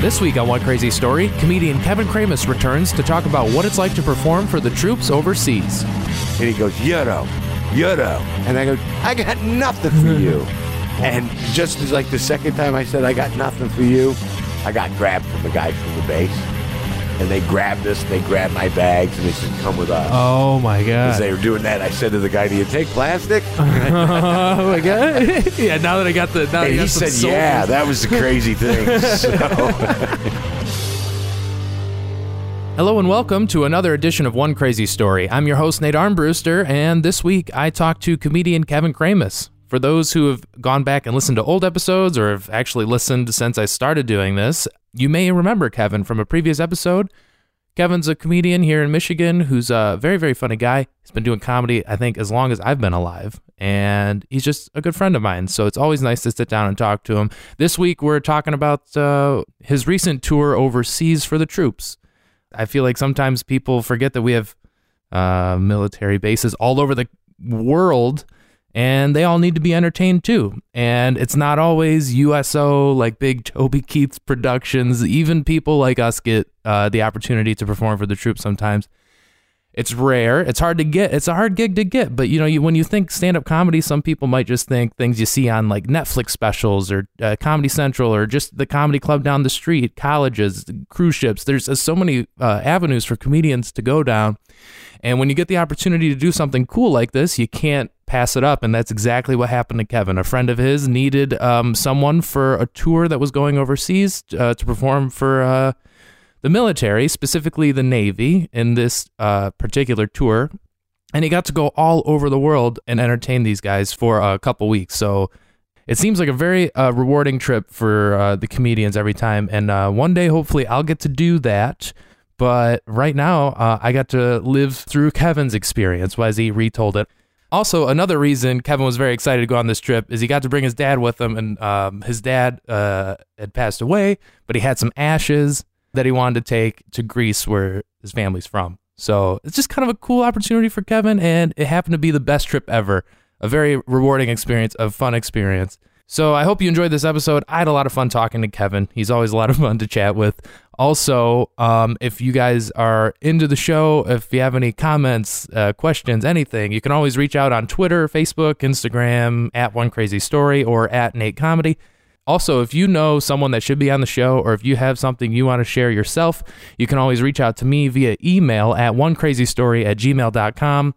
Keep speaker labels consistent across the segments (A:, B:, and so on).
A: This week on One Crazy Story, comedian Kevin Kramus returns to talk about what it's like to perform for the troops overseas.
B: And he goes, Euro, Euro. And I go, I got nothing for you. and just as like the second time I said, I got nothing for you, I got grabbed from the guy from the base. And they grabbed us, they grabbed my bags, and they said, come with us.
A: Oh my
B: As
A: god!
B: they were doing that, I said to the guy, do you take plastic?
A: oh my god! yeah, now that I got the now that I
B: And
A: got
B: he
A: some
B: said,
A: soul-
B: yeah, that was the crazy thing. So-
A: Hello and welcome to another edition of One Crazy Story. I'm your host, Nate Armbruster, and this week I talked to comedian Kevin Kramus. For those who have gone back and listened to old episodes or have actually listened since I started doing this, you may remember Kevin from a previous episode. Kevin's a comedian here in Michigan who's a very, very funny guy. He's been doing comedy, I think, as long as I've been alive. And he's just a good friend of mine. So it's always nice to sit down and talk to him. This week, we're talking about uh, his recent tour overseas for the troops. I feel like sometimes people forget that we have uh, military bases all over the world and they all need to be entertained too. And it's not always USO, like big Toby Keith's productions. Even people like us get uh, the opportunity to perform for the troops sometimes. It's rare. It's hard to get. It's a hard gig to get. But you know, you, when you think stand-up comedy, some people might just think things you see on like Netflix specials or uh, Comedy Central or just the comedy club down the street, colleges, cruise ships. There's uh, so many uh, avenues for comedians to go down. And when you get the opportunity to do something cool like this, you can't pass it up. And that's exactly what happened to Kevin. A friend of his needed um, someone for a tour that was going overseas uh, to perform for. Uh, the military, specifically the Navy, in this uh, particular tour. And he got to go all over the world and entertain these guys for a couple weeks. So it seems like a very uh, rewarding trip for uh, the comedians every time. And uh, one day, hopefully, I'll get to do that. But right now, uh, I got to live through Kevin's experience as he retold it. Also, another reason Kevin was very excited to go on this trip is he got to bring his dad with him, and um, his dad uh, had passed away, but he had some ashes that he wanted to take to Greece, where his family's from. So it's just kind of a cool opportunity for Kevin, and it happened to be the best trip ever. A very rewarding experience, a fun experience. So I hope you enjoyed this episode. I had a lot of fun talking to Kevin. He's always a lot of fun to chat with. Also, um, if you guys are into the show, if you have any comments, uh, questions, anything, you can always reach out on Twitter, Facebook, Instagram, at One Crazy Story or at Nate Comedy. Also, if you know someone that should be on the show or if you have something you want to share yourself, you can always reach out to me via email at onecrazystory at gmail.com.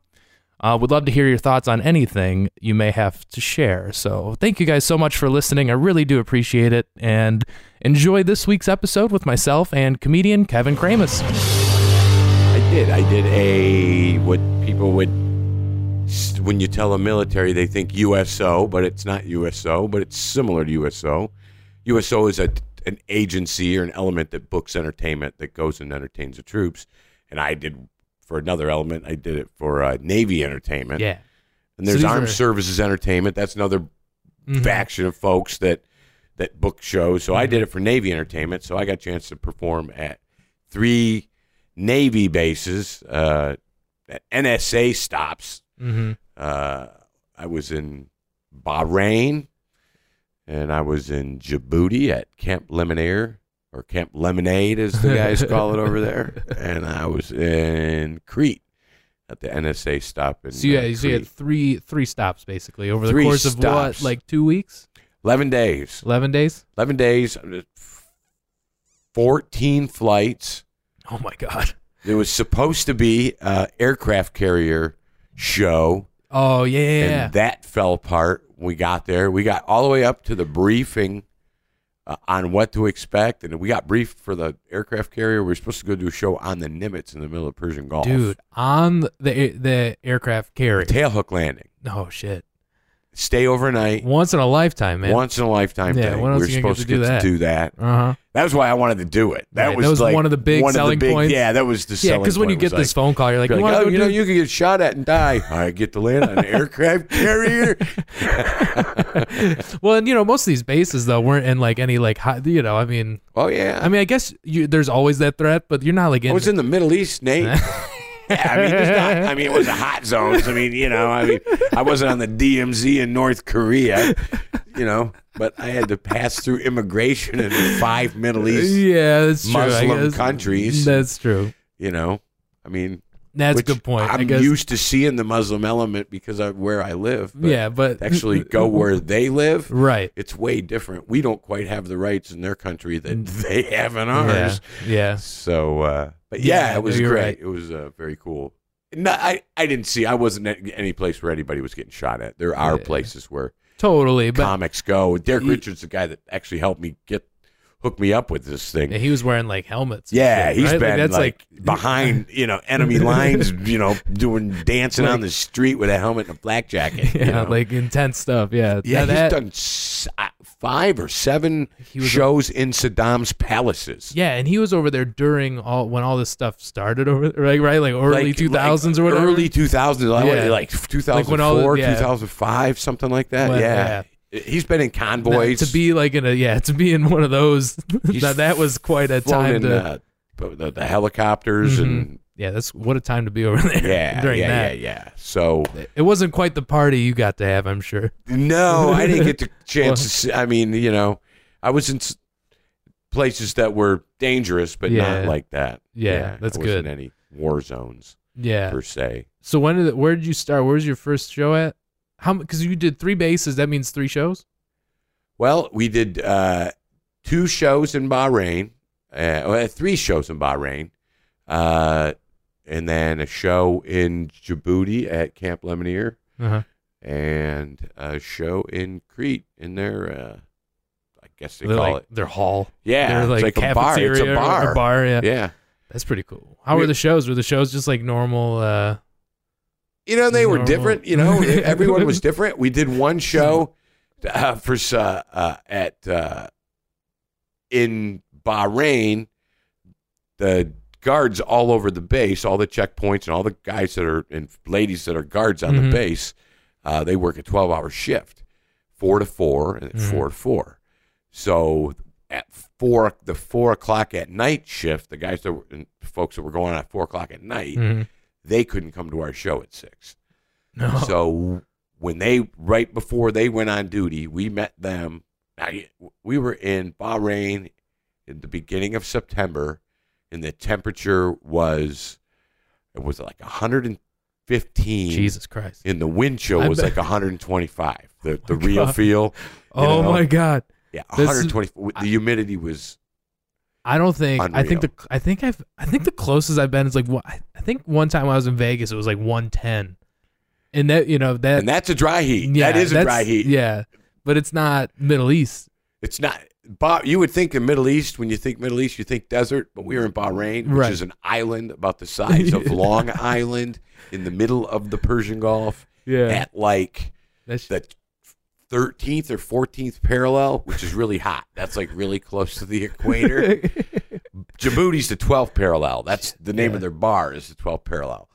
A: Uh, would love to hear your thoughts on anything you may have to share. So, thank you guys so much for listening. I really do appreciate it. And enjoy this week's episode with myself and comedian Kevin Kramus.
B: I did. I did a what people would when you tell a military they think USO, but it's not USO, but it's similar to USO. USO is a an agency or an element that books entertainment that goes and entertains the troops. And I did for another element. I did it for uh, Navy entertainment.
A: Yeah.
B: And
A: So
B: there's
A: these
B: Armed
A: are-
B: Services Entertainment. That's another
A: Mm-hmm.
B: faction of folks that that book shows. So I did it for Navy Entertainment. So I got a chance to perform at three Navy bases, uh, at NSA stops.
A: Mm-hmm.
B: Uh, I was in Bahrain, and I was in Djibouti at Camp Lemonade, or Camp Lemonade, as the guys call it over there. And I was in Crete at the NSA stop in
A: So, you,
B: uh,
A: had- so you had
B: Crete.
A: three three stops basically over the
B: Three
A: course of what,
B: stops.
A: like two weeks,
B: 11 days.
A: 11 days?
B: 11 days, uh, 14 flights.
A: Oh my God.
B: There was supposed to be a aircraft carrier show,
A: Oh, yeah, yeah, yeah.
B: and that fell apart. We got there. We got all the way up to the briefing uh, on what to expect, and we got briefed for the aircraft carrier. We were supposed to go do a show on the Nimitz in the middle of Persian Gulf.
A: Dude, on the, the, the aircraft carrier.
B: Tailhook landing.
A: Oh, shit.
B: Stay overnight.
A: Once in a lifetime, man.
B: Once in a lifetime
A: Yeah,
B: thing.
A: when else
B: we were
A: you gonna get
B: supposed
A: to do
B: get
A: that?
B: to do that.
A: Uh huh.
B: That was why I wanted to do it. That
A: Right,
B: was
A: that was
B: like
A: one of the big
B: one of
A: selling points.
B: Yeah, that was the
A: Yeah,
B: selling
A: because when you
B: point,
A: get
B: was
A: this
B: like-
A: phone call, you're like,
B: Be
A: you
B: like,
A: want to
B: oh,
A: go
B: you
A: do
B: know, you can get shot at and die. I get to land on an aircraft carrier.
A: well, and you know, most of these bases though weren't in like any like high, you know. I mean,
B: oh yeah, Oh,
A: I mean, I guess you, there's always that threat, but you're not like in.
B: I was in the Middle East, Nate. Yeah, I mean, just not, I mean, it was a hot zones. I mean, you know, I mean, I wasn't on the DMZ in North Korea, you know, but I had to pass through immigration in five Middle East,
A: yeah, that's true. I
B: Muslim
A: guess.
B: countries.
A: That's true.
B: you know. I mean,
A: That's
B: which
A: a good point.
B: I'm
A: I guess.
B: used to seeing the Muslim element because of where I live. But
A: yeah, but
B: to actually go where they live,
A: right.
B: it's way different. We don't quite have the rights in their country that they have in
A: Yeah,
B: ours.
A: Mm. yeah.
B: So, uh, but yeah,
A: Yeah,
B: it was
A: you're
B: great.
A: right.
B: It was uh, very cool. No, I, I didn't see. I wasn't at any place where anybody was getting shot at. There are
A: Yeah.
B: places where
A: totally. But
B: comics go. Derek
A: Ye-
B: Richards, the guy that actually helped me get hook me up with this thing.
A: yeah, he was wearing like helmets. and
B: Yeah,
A: shit,
B: he's
A: right?
B: been
A: like,
B: like,
A: that's like,
B: behind, you know, enemy lines, you know, doing dancing
A: Like-
B: on the street with a helmet and a black jacket.
A: yeah,
B: you know.
A: like intense stuff. Yeah, Now
B: yeah, he's
A: that-
B: done s- uh, five or seven
A: He was a-
B: shows in Saddam's palaces.
A: Yeah, and he was over there during all when all this stuff started over right, right, like early
B: Like-
A: two thousands or
B: like
A: whatever.
B: Early two thousands,
A: Yeah.
B: like two
A: Like
B: thousand
A: when all the-
B: four,
A: yeah.
B: two thousand five, something like that.
A: When-
B: yeah. he's been in convoys.
A: to be like in a yeah to be in one of those.
B: He's
A: that, that was quite a
B: flown
A: time
B: in,
A: to
B: uh, the, the, the helicopters and
A: yeah. That's what a time to be over there.
B: yeah,
A: during
B: yeah,
A: that,
B: yeah, yeah. So
A: it wasn't quite the party you got to have. I'm sure.
B: No, I didn't get the chance to see. I mean, you know, I was in s- places that were dangerous, but
A: Yeah.
B: not like that.
A: Yeah, that's
B: I wasn't
A: good.
B: any war zones
A: Yeah.
B: per se.
A: So when did it, where did you start? Where was your first show at? How because you did three bases. That means three shows.
B: Well, we did uh, two shows in Bahrain, uh, well, three shows in Bahrain, uh, and then a show in Djibouti at Camp Lemoneer,
A: Uh-huh.
B: and a show in Crete in their, uh, I guess they
A: They're
B: call
A: like
B: it.
A: their hall.
B: Yeah,
A: They're like,
B: it's like a bar. It's a
A: cafeteria or
B: bar.
A: yeah.
B: Yeah.
A: That's pretty cool. How
B: We-
A: were the shows? Were the shows just like normal? Uh,
B: you know they were
A: Normal.
B: different you know everyone was different we did one show uh, for s- uh, uh, at uh, in bahrain the guards all over the base all the checkpoints and all the guys that are and ladies that are guards on
A: Mhm.
B: the base uh, they work a 12 hour shift four to four and
A: Mhm.
B: four to four so at four the four o'clock at night shift the guys that were and folks that were going on at four o'clock at night
A: mhm.
B: they couldn't come to our show at six
A: No.
B: so when they right before they went on duty, we met them. I, we were in Bahrain in the beginning of September, and the temperature was it was like 115.
A: Jesus Christ.
B: And the wind chill
A: I
B: was
A: bet- Oh
B: like 125. The the real
A: God.
B: feel. you
A: Oh
B: know?
A: my God.
B: Yeah,
A: This is-
B: 120. The humidity was
A: I don't think. I think the.
B: Unreal.
A: I think I've. I think the closest I've been is like. wha- I I think one time I was in Vegas, it was like 110, and that you know that.
B: and that's a dry heat.
A: yeah,
B: that is a
A: that's-
B: dry heat.
A: Yeah, but it's not Middle East.
B: It's not. Bah, you would think the Middle East, when you think Middle East, you think desert, but we are in Bahrain, which
A: Right.
B: is an island about the size of Long Island in the middle of the Persian Gulf
A: Yeah,
B: at like
A: that's
B: the 13th or 14th parallel, which is really hot. That's like really close to the equator. Djibouti's the 12th parallel. That's the name
A: Yeah.
B: of their bar is the 12th parallel.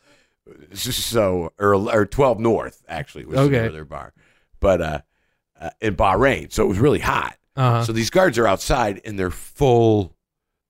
B: So or or 12 north actually was the
A: Okay.
B: name of their bar. But uh, uh in Bahrain, so it was really hot.
A: uh-huh.
B: So these guards are outside in their full,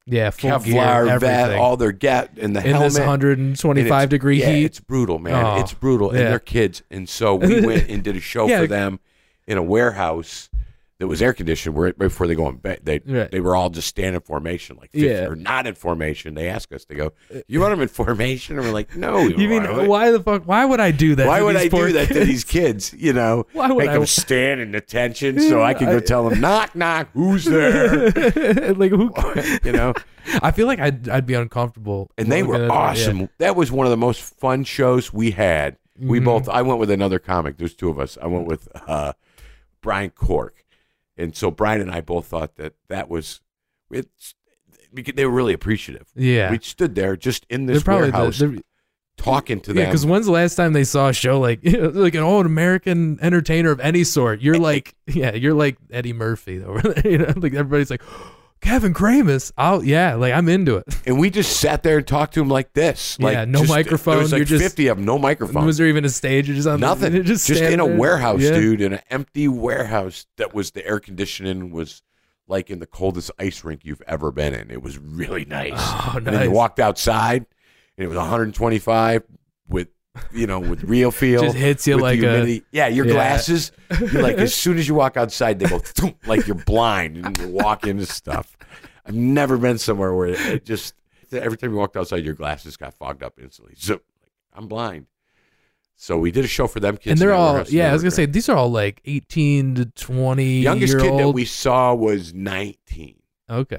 A: yeah full
B: Kevlar
A: gear,
B: vest,
A: everything
B: all their get and the
A: in
B: helmet.
A: this
B: and it's-
A: 125 degree
B: yeah,
A: heat.
B: It's brutal, man.
A: Oh,
B: it's brutal. And
A: yeah.
B: they're kids. And so we went and did a show
A: Yeah.
B: for them in a warehouse that was air conditioned where, right before they go in bed. They,
A: Right.
B: they were all just standing in formation, like 50,
A: Yeah.
B: or not in formation. They asked us, they go, You want them in formation? And we're like, No. we
A: You mean
B: don't."
A: why the fuck? Why would I do that?
B: Why
A: to
B: would
A: these
B: I
A: poor
B: do that to
A: kids?
B: these kids? You know,
A: Why would
B: make
A: I-
B: them stand in attention so I can go tell them, knock, knock, who's there?
A: like who?
B: you know,
A: I feel like I'd I'd be uncomfortable.
B: and they
A: looking
B: were
A: at-
B: awesome.
A: Yeah.
B: That was one of the most fun shows we had. We
A: Mhm.
B: both. I went with another comic. There's two of us. I went with uh, Brian Cork, and so Brian and I both thought that that was. It's because they were really appreciative.
A: Yeah.
B: We stood there just in
A: They're
B: this
A: probably the,
B: warehouse
A: they're,
B: talking to
A: yeah.
B: them.
A: Because when's the last time they saw a show like like an old American entertainer of any sort? You're like yeah, you're like Eddie Murphy over there. You know, like everybody's like Kevin Kramus. I'll yeah, like I'm into it.
B: and we just sat there and talked to them like this.
A: Yeah,
B: like
A: no
B: just-
A: microphone,
B: There was like
A: you're just-
B: 50 of them. No microphone.
A: Was there even a stage or just something?
B: Nothing.
A: They're
B: Just, in
A: standing
B: a
A: there.
B: warehouse,
A: Yeah.
B: dude, in an empty warehouse that was the air conditioning was like in the coldest ice rink you've ever been in. It was really nice.
A: Oh,
B: And then
A: nice.
B: you walked outside and it was 125 with you know with real feel.
A: Just hits you
B: with the
A: like a-
B: humidity. yeah. Your
A: yeah.
B: glasses, you're like as soon as you walk outside, they go thump, like you're blind and you walk into stuff. I've never been somewhere where it just every time you walked outside, your glasses got fogged up instantly. Zip, like, I'm blind. So we did a show for them kids,
A: and they're
B: that
A: all
B: warehouse
A: yeah. I was gonna
B: network.
A: say these are all like eighteen to twenty.
B: youngest
A: year
B: kid that
A: old-
B: we saw was 19.
A: Okay.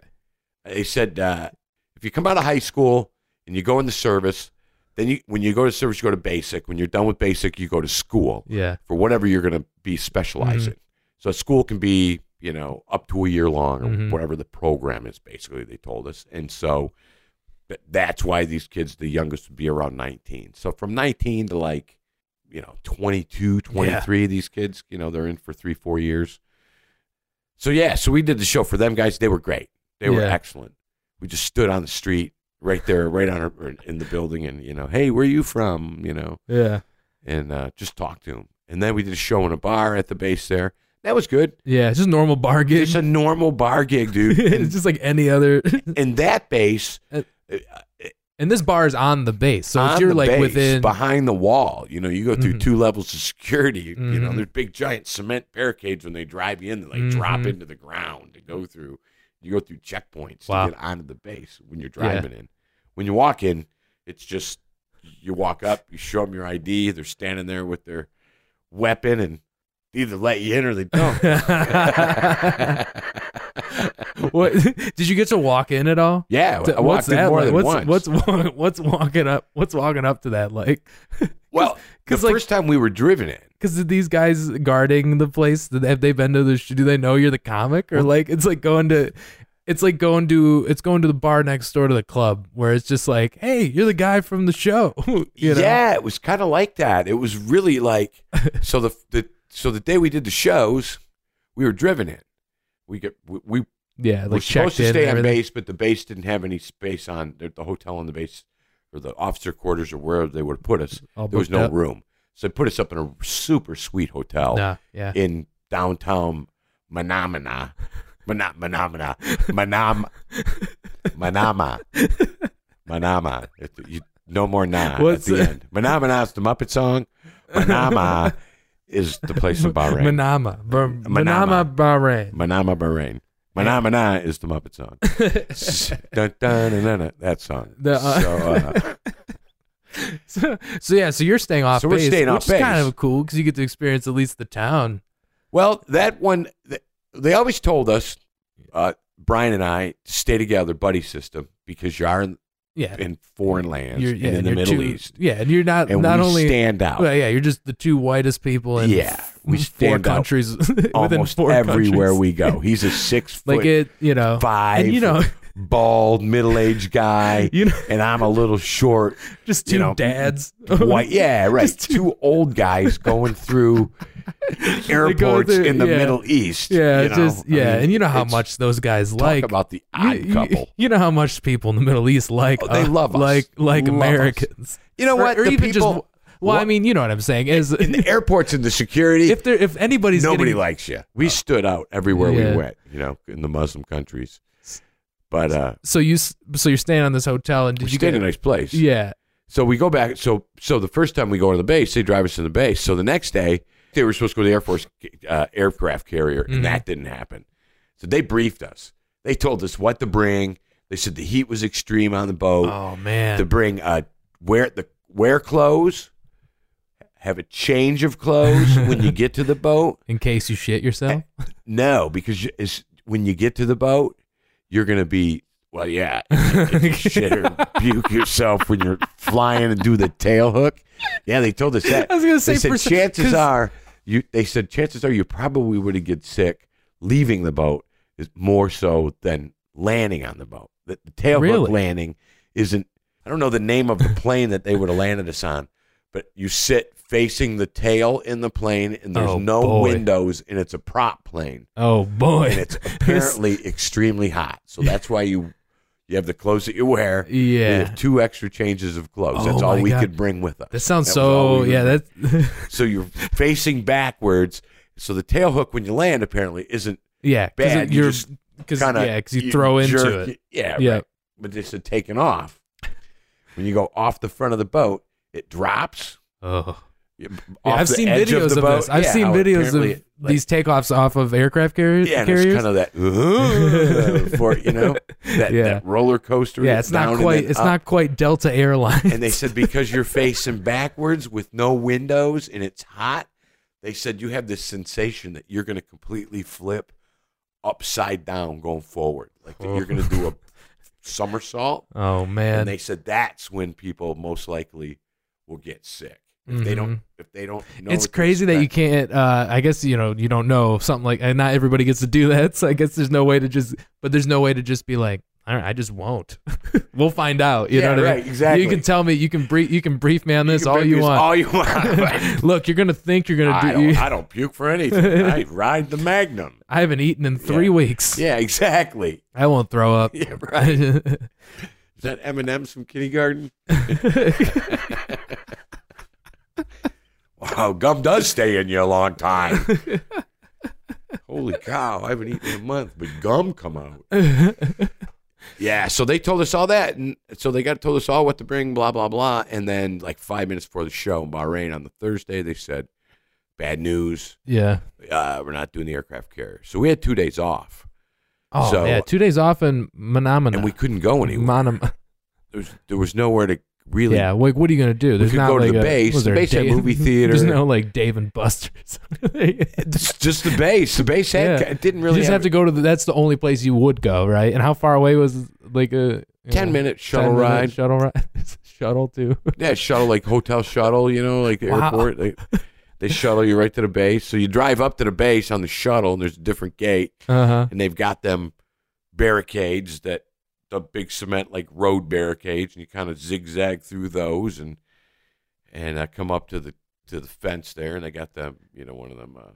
B: They said uh, if you come out of high school and you go in the service, then you when you go to service, you go to basic. When you're done with basic, you go to school
A: Yeah.
B: for whatever you're going to be specialized in. So school can be, you know, up to a year long or
A: Mhm.
B: whatever the program is, basically, they told us. And so th- that's why these kids, the youngest would be around 19. So from 19 to like, you know, 22, 23, these kids, you know, they're in for three, four years. So yeah, so we did the show for them guys. They were great. They were
A: Yeah.
B: excellent. We just stood on the street right there, right on our, in the building and, you know, hey, where you from? You know,
A: Yeah.
B: and uh, just talked to him. And then we did a show in a bar at the base there. That was good.
A: Yeah. It's just normal bar gig.
B: It's a normal bar gig, dude.
A: it's
B: And,
A: just like any other.
B: and that base,
A: Uh,
B: uh,
A: And this bar is on the base, so
B: on
A: if you're
B: the
A: like
B: base,
A: within.
B: behind the wall, you know, you go through
A: Mhm.
B: two levels of security. You, you know,
A: Mhm.
B: there's big giant cement barricades when they drive you in. They like drop
A: Mhm.
B: into the ground to go through. You go through checkpoints
A: Wow.
B: to get onto the base when you're driving in. When you walk in, it's just you walk up, you show them your ID. They're standing there with their weapon and. they Either let you in or they don't.
A: what did you get to walk in at all?
B: Yeah, I
A: what's
B: walked in
A: that
B: more
A: like?
B: than
A: what's, What's
B: once.
A: wa- what's walking up? What's walking up to that like?
B: well, the
A: 'cause, like-
B: first time we were driven in,
A: Because these guys guarding the place, did- have they been to the? sh- Do they know you're the comic or like it's like going to? It's like going to it's going to the bar next door to the club where it's just like, hey, you're the guy from the show. you know?
B: yeah, it was kind of like that. It was really like so the the so the day we did the shows, we were driven in. We get we, we
A: yeah. Like
B: were
A: checked
B: supposed to
A: in
B: stay
A: and
B: on
A: everything.
B: base, but the base didn't have any space on the the hotel on the base or the officer quarters or wherever they would have put us.
A: All
B: there was
A: booked
B: no
A: up.
B: room, so they put us up in a super sweet hotel.
A: Nah, yeah.
B: in downtown Manamana. Mana- Manamana. Manam. Manama. Manama. It- you- no more na
A: What's
B: at the
A: it?
B: end. Manamana is the Muppet song. Manama is the place in Bahrain.
A: Manama. Bar-
B: Manama.
A: Manama. Bahrain.
B: Manama, Bahrain. Manamana is the Muppet song. dun, dun, dun, dun, dun, that song.
A: The, uh,
B: so, uh,
A: So, so yeah, so you're staying off
B: So we're
A: base,
B: staying
A: which
B: off
A: is kind
B: base.
A: of cool because you get to experience at least the town.
B: well, that one, th- they always told us, uh, Brian and I, to stay together, buddy system, because you are in
A: Yeah,
B: in foreign lands
A: you're,
B: and
A: yeah,
B: in the
A: you're
B: Middle
A: two-
B: East.
A: Yeah, and you're not
B: And
A: not
B: we
A: only
B: stand out
A: well, yeah, you're just the two whitest people in
B: Yeah, we
A: f- four
B: stand out
A: countries within
B: almost
A: four
B: everywhere
A: countries.
B: we go. He's a six
A: like
B: foot
A: it, you know,
B: five,
A: and you know,
B: bald, middle aged guy,
A: you know,
B: and I'm a little short,
A: just two
B: you know,
A: dads,
B: white. Yeah, right.
A: Just
B: Two, old guys going through airports
A: through-
B: in the
A: yeah.
B: Middle East.
A: yeah,
B: you know?
A: just
B: I
A: yeah,
B: mean,
A: and you know how
B: it's-
A: much those guys
B: talk
A: like.
B: about the
A: you,
B: odd
A: you-
B: couple.
A: you know how much people in the Middle East like
B: Oh, they
A: uh,
B: love us.
A: like like
B: Love us.
A: Americans.
B: You know
A: Or-
B: what?
A: Or,
B: The
A: even just
B: people-
A: well, I
B: what-
A: mean, you know what I'm saying is
B: in the airports and the security.
A: if there if anybody's
B: Nobody
A: getting,
B: likes Oh. you. We stood out everywhere
A: Yeah.
B: we went, you know, in the Muslim countries. But uh,
A: so you s- so you're staying on this hotel and did
B: we
A: you
B: stayed
A: get
B: in a nice place.
A: yeah
B: So we go back. So so the first time we go to the base, they drive us to the base. So the next day, they were supposed to go to the Air Force uh, aircraft carrier, and
A: Mhm.
B: that didn't happen. So they briefed us. They told us what to bring. They said the heat was extreme on the boat.
A: oh man
B: to bring uh, wear the wear clothes, have a change of clothes when you get to the boat.
A: in case you shit yourself
B: No, because you- it's, when you get to the boat, you're gonna be well, yeah, if you shit or puke yourself when you're flying and do the tail hook. Yeah, they told us that.
A: I was gonna say
B: they said
A: for s-
B: chances
A: 'cause-
B: are you. They said chances are you probably would get sick leaving the boat is more so than landing on the boat. The, the tail hook
A: Really?
B: landing isn't. I don't know the name of the plane that they would have landed us on, but you sit facing the tail in the plane, and there's
A: Oh,
B: no
A: boy.
B: windows, and it's a prop plane
A: oh boy
B: and it's apparently extremely hot. So that's why you you have the clothes that you wear. We
A: yeah
B: have two extra changes of clothes.
A: Oh
B: that's all
A: my
B: we
A: God.
B: could bring with us.
A: that sounds
B: That was all
A: so
B: we were-
A: yeah that
B: So you're facing backwards. So the tail hook when you land apparently isn't
A: yeah 'cause
B: Bad,
A: it-
B: you
A: you're
B: just
A: because
B: kind of
A: yeah because you, throw into it
B: Yeah,
A: yeah
B: right. but just had taken off. When you go off the front of the boat, it drops.
A: Oh.
B: you-
A: Yeah,
B: off
A: I've
B: the
A: seen
B: edge
A: videos
B: of,
A: of,
B: the boat.
A: this. I've
B: Yeah,
A: seen
B: how
A: videos
B: apparently
A: of
B: it, like-
A: these takeoffs off of aircraft carriers.
B: Yeah, and it's
A: carriers.
B: kind of that "Ooh," for you know that,
A: Yeah.
B: that roller coaster.
A: yeah, it's
B: down
A: not
B: and
A: quite.
B: then
A: It's
B: up.
A: not quite Delta Airlines.
B: And they said because you're facing backwards with no windows and it's hot, they said you have this sensation that you're going to completely flip upside down going forward, like that you're going to do a somersault.
A: oh man,
B: and they said that's when people most likely will get sick if they don't if they don't know
A: Mm-hmm. it's
B: what to
A: crazy that you can't.
B: expect.
A: Uh, I guess you know you don't know something like, and not everybody gets to do that. So I guess there's no way to just, but there's no way to just be like, all right, I just won't. we'll find out. You
B: Yeah,
A: know what I
B: right,
A: mean?
B: exactly.
A: You can tell me. You can brief. You can brief me on
B: You
A: this
B: can
A: all
B: bring
A: you
B: this
A: want.
B: all you want
A: Look, you're gonna think you're gonna
B: I,
A: do.
B: don't,
A: You,
B: I don't puke for anything i ride the magnum
A: I haven't eaten in three
B: Yeah.
A: weeks.
B: yeah exactly
A: I won't throw up.
B: yeah right is that m&ms from kindergarten wow gum does stay in you a long time holy cow i haven't eaten in a month but gum come out Yeah, so they told us all that, and so they got told us all what to bring, blah blah blah, and then like five minutes before the show in Bahrain on the Thursday, they said, "Bad news,
A: yeah.
B: uh, we're not doing the aircraft carrier." So we had two days off,
A: Oh
B: So-
A: yeah, two days off in Manamana.
B: and we couldn't go anywhere.
A: Manam-
B: There was, there was nowhere to really.
A: Yeah, like what are you gonna do? There's
B: could
A: not
B: go to
A: like
B: the
A: a,
B: base.
A: was
B: The
A: there
B: base had
A: Dave-
B: movie theater.
A: There's no like Dave and Buster's. you
B: It's just the base. The base had
A: Yeah.
B: it didn't really
A: just have to go to the, that's the only place you would go, right? And how far away was like a you
B: ten
A: know,
B: minute shuttle
A: 10-minute
B: ride.
A: Shuttle ride. shuttle too.
B: Yeah, shuttle like hotel shuttle, you know, like the
A: Wow.
B: airport. They, they shuttle you right to the base. So you drive up to the base on the shuttle, and there's a different gate,
A: Uh huh.
B: and they've got them barricades that the big cement like road barricades, and you kind of zigzag through those, and and uh, come up to the to the fence there, and they got them, you know, one of them uh,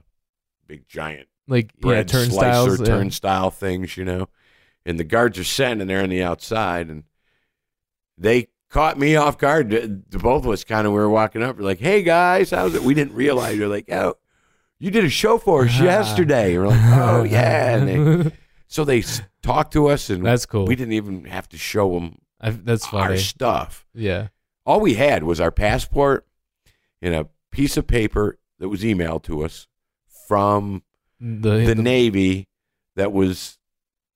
B: big giant
A: Like yeah,
B: bread
A: turnstiles.
B: slicer,
A: yeah.
B: turnstile things, you know. And the guards are standing there on the outside, and they caught me off guard. The, the both of us kind of we were walking up, we're like, "Hey guys, how's it?" We didn't realize they're like, "Oh, you did a show for us yesterday." We're like, "Oh yeah." And they, so they s- talked to us, and
A: That's cool.
B: We didn't even have to show them
A: I, that's
B: our
A: funny.
B: stuff.
A: yeah.
B: All we had was our passport and a piece of paper that was emailed to us from
A: The, the-
B: the Navy that was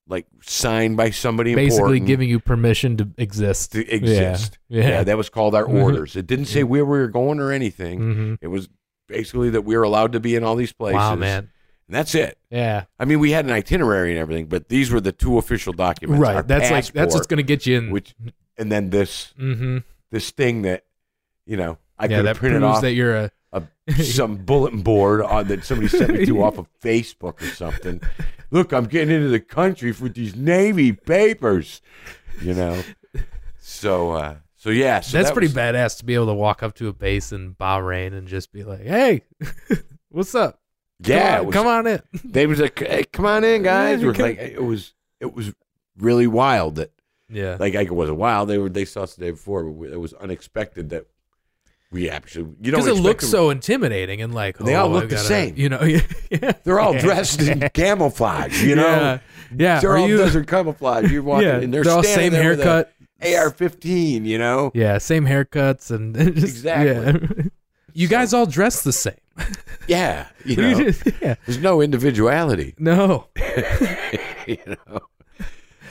B: like signed by somebody
A: basically
B: important
A: giving you permission to exist.
B: to exist.
A: Yeah. Yeah.
B: that was called our
A: Mhm.
B: orders. It didn't say where we were going or anything.
A: Mhm.
B: It was basically that we were allowed to be in all these places.
A: Wow, man.
B: And that's it.
A: Yeah.
B: I mean, we had an itinerary and everything, but these were the two official documents. our
A: Right. That's like that's what's
B: passport,
A: going to get you in.
B: which and then this
A: mm-hmm.
B: this thing that you know I
A: yeah,
B: could
A: that
B: have printed
A: proves
B: off
A: that you're a
B: a, some bulletin board on, that somebody sent me to off of Facebook or something. Look, I'm getting into the country with these Navy papers, you know. So, uh, so yeah, so
A: that's
B: that
A: pretty
B: was-
A: badass to be able to walk up to a base in Bahrain and just be like, "Hey, what's up?
B: Yeah,
A: come on,
B: it was,
A: come on in."
B: they was like, hey, "Come on in, guys."
A: Yeah,
B: We're
A: come-
B: like, it was, it was really wild that,
A: Yeah,
B: like, like it wasn't wild. They were, they saw us the day before, but we- it was unexpected that we actually, you don't
A: because it
B: expect
A: looks
B: them-
A: so intimidating and like
B: They
A: oh,
B: all look
A: I've
B: the
A: gotta-
B: same.
A: You know, yeah,
B: They're all dressed in camouflage, you know.
A: yeah, yeah.
B: They're
A: Are
B: all
A: you-
B: desert camouflage. You're walking,
A: yeah,
B: and they're,
A: all same
B: standing there with a-
A: haircut.
B: AR-15, you know?
A: Yeah, same haircuts and just,
B: Exactly.
A: yeah. You guys all dress the same.
B: Yeah. You know,
A: yeah.
B: there's no individuality,
A: No.
B: you know?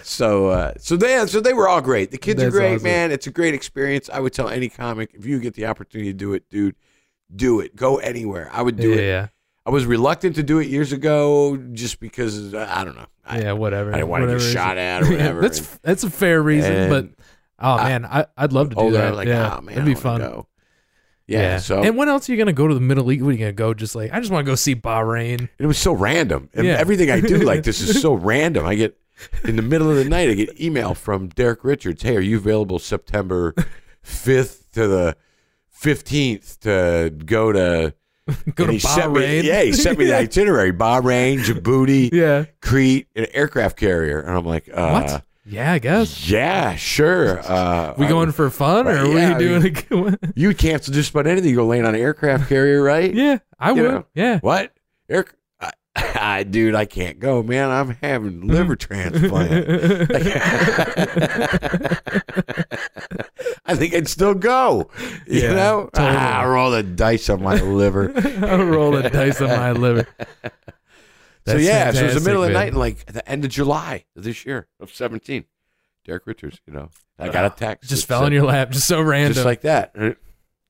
B: So, uh, so they, so they were all great. The kids are
A: That's
B: great,
A: awesome.
B: man. It's a great experience. I would tell any comic if you get the opportunity to do it, dude, do it. Go anywhere. I would do
A: yeah,
B: it.
A: yeah.
B: I was reluctant to do it years ago, just because uh, I don't know. I,
A: yeah, whatever.
B: I didn't want to
A: whatever
B: get
A: it is.
B: shot at or
A: Yeah,
B: whatever.
A: that's
B: and-
A: that's a fair reason,
B: and
A: but oh
B: I-
A: man, I I'd love to do
B: older,
A: that.
B: like,
A: yeah,
B: oh man,
A: it'd be
B: I wanna
A: fun.
B: go. Yeah, So
A: and when else are you gonna go to the Middle East? What are you gonna go? Just like I just want to go see Bahrain.
B: And it was so random. And
A: Yeah.
B: everything I do like this is so random. I get in the middle of the night, I get email from Derek Richards. Hey, are you available September fifth to the fifteenth to go to?
A: Go
B: and
A: to
B: he sent me,
A: Bahrain.
B: yeah, he sent me the itinerary: Bahrain, Djibouti,
A: yeah.
B: Crete, and an aircraft carrier. And I'm like, uh,
A: What? Yeah, I guess.
B: Yeah, sure. Uh,
A: We
B: I-
A: going for fun or
B: Right,
A: are we
B: yeah, I
A: doing a good one?
B: You cancel just about anything. You go land on an aircraft carrier, right?
A: Yeah, I
B: You
A: would.
B: know.
A: Yeah.
B: What? Eric, I, I, dude, I can't go, man. I'm having liver transplant. I I think I'd still go. You
A: Yeah,
B: know?
A: totally.
B: Ah, roll the dice on my liver.
A: I roll the dice on my liver.
B: so
A: That's
B: yeah, so it was the
A: fantastic,
B: middle of the
A: man.
B: night, and like the end of July of this year of seventeen. Derek Richards, you know, I got a text.
A: Ah, Just
B: that
A: fell in
B: said-
A: your lap, just so random.
B: just like that. And it-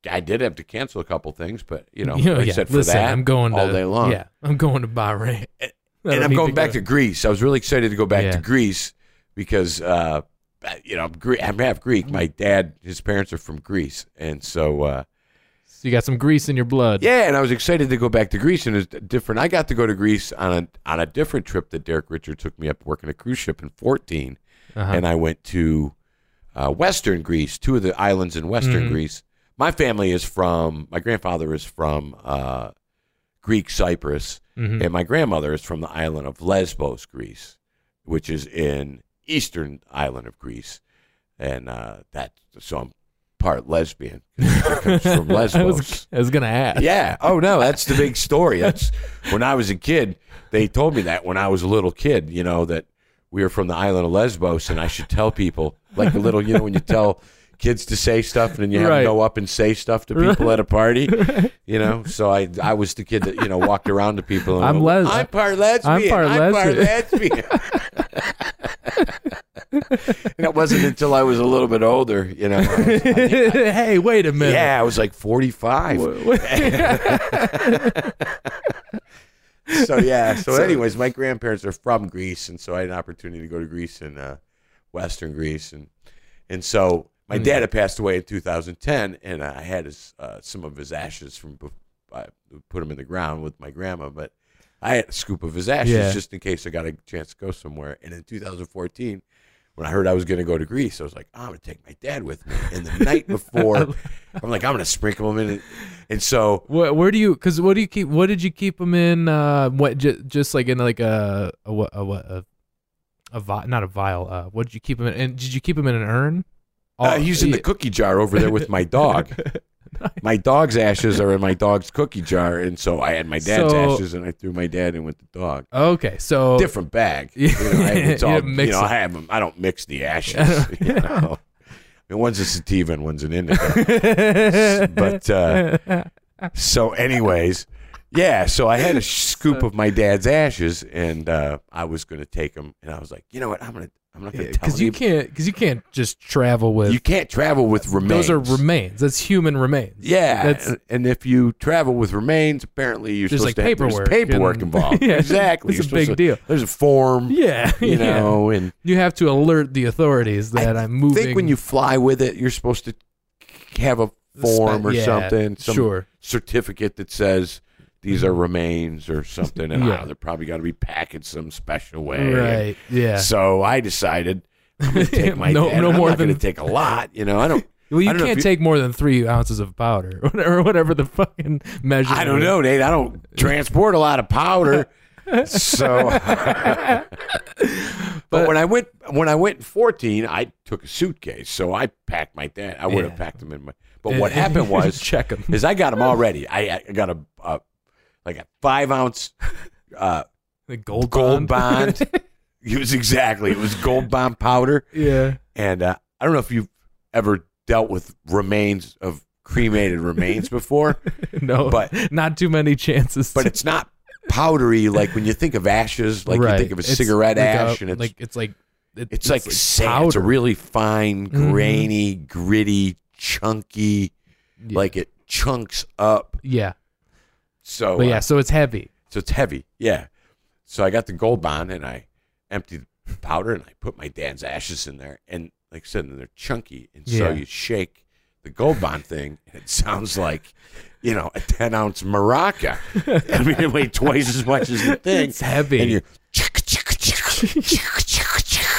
B: I did have to cancel a couple things, but you know,
A: You know,
B: like I
A: Oh, yeah,
B: said for
A: listen,
B: that,
A: I'm going
B: all
A: to,
B: day long.
A: Yeah, I'm going to Bahrain, I don't
B: and I'm
A: need
B: going back to Greece. I was really excited to go back to
A: Yeah.
B: Greece because uh, you know I'm, Gre- I'm half Greek. My dad, his parents are from Greece, and so uh,
A: So you got some grease in your blood.
B: yeah, and I was excited to go back to Greece, and it's different. I got to go to Greece on a on a different trip that Derek Richard took me up working a cruise ship in 14,
A: Uh-huh.
B: and I went to uh, Western Greece, two of the islands in Western
A: Mhm.
B: Greece. My family is from. My grandfather is from uh, Greek Cyprus,
A: Mhm.
B: and my grandmother is from the island of Lesbos, Greece, which is in eastern island of Greece, and uh, that. So I'm part lesbian. It comes from
A: I
B: Lesbos.
A: was, I was gonna ask.
B: Yeah. Oh no, that's the big story. That's when I was a kid. They told me that when I was a little kid, you know, that we were from the island of Lesbos, and I should tell people like a little, you know, when you tell kids to say stuff, and then you have
A: Right.
B: to go up and say stuff to people at a party, you know. So I, I was the kid that you know walked around to people. And
A: I'm
B: went,
A: les-
B: I'm part lesbian.
A: I'm part
B: lesbian. and it wasn't until I was a little bit older, you know. I was-
A: hey, wait a minute.
B: yeah, I was like 45. so yeah. So, anyways, my grandparents are from Greece, and so I had an opportunity to go to Greece and uh, Western Greece, and and so my
A: Hmm.
B: dad had passed away in 2010, and I had his uh, some of his ashes from bef- I put him in the ground with my grandma, but I had a scoop of his ashes
A: Yeah.
B: just in case I got a chance to go somewhere. And in 2014. When I heard I was going to go to Greece, I was like, I'm going to take my dad with me. And the night before, I'm like, I'm going to sprinkle him in. it. And so
A: Where, where do you? Because what do you keep? What did you keep them in? Uh, what j- just like in like a a what a what a, a vi- not a vial. Uh, what did you keep them in? And did you keep them in an urn?
B: Uh, he's in
A: Oh,
B: the
A: yeah.
B: cookie jar over there with my dog. My dog's ashes are in my dog's cookie jar, and so I had my dad's
A: So-
B: ashes, and I threw my dad in with the dog.
A: Okay, so
B: Different bag. You know, I, it's
A: You
B: all,
A: didn't mix
B: you know,
A: it.
B: I have 'em- I don't mix the ashes. you know, I mean, one's a sativa and one's an indica. but uh, so, anyways, yeah. So I had a scoop of my dad's ashes, and uh, I was going to take them, and I was like, you know what? I'm gonna. I'm not going to tell
A: because you
B: anybody.
A: can't because you can't just travel with
B: You can't travel with remains.
A: those are remains. That's human remains.
B: Yeah,
A: That's-
B: and- and if you travel with remains, apparently you're
A: There's, like,
B: supposed to have,
A: paperwork
B: There's paperwork
A: and-
B: involved.
A: Yeah,
B: exactly.
A: it's a
B: You're
A: big
B: supposed
A: deal.
B: to- There's a form,
A: Yeah,
B: you know, and
A: you have to alert the authorities that I am
B: I
A: moving.
B: think when you fly with it, you're supposed to have a form or
A: Yeah,
B: something, some
A: sure. Mm-hmm.
B: certificate that says these are remains or something, and
A: Yeah.
B: ah, they're probably got to be packaged some special way.
A: Right. Yeah.
B: So I decided I'm going to take my
A: No-
B: dad.
A: no
B: I'm
A: more
B: not going
A: than-
B: to take a lot, you know. I don't.
A: Well, you
B: I don't know if
A: can't take more than three ounces of powder, whatever, whatever the fucking measure.
B: I don't
A: is.
B: know, Nate. I don't transport a lot of powder. So, but when I went when I went 14, I took a suitcase. So I packed my dad. I would have
A: Yeah.
B: packed them in my. But what happened was,
A: check them.
B: is I got them already. I, I got a, a like a five ounce uh,
A: The gold
B: gold
A: bond.
B: bond. it was exactly it was gold bond powder,
A: yeah.
B: and uh, I don't know if you've ever dealt with remains of cremated remains before.
A: No.
B: But-
A: not too many chances.
B: but it's not powdery like when you think of ashes, like you think of a
A: It's
B: cigarette
A: like
B: ash,
A: a-
B: and it's
A: like it's like it-
B: it's, like, sand. It's a really fine,
A: Mhm.
B: grainy, gritty, chunky,
A: Yeah.
B: like it chunks up.
A: yeah.
B: So
A: But
B: uh,
A: yeah, so it's heavy.
B: so it's heavy. Yeah. So I got the gold bond and I emptied the powder and I put my dad's ashes in there. And like I said, and they're chunky. And so
A: Yeah.
B: you shake the gold bond thing and it sounds like, you know, a 10 ounce maraca. I mean, it weighed twice as much as the thing.
A: It's heavy.
B: And you.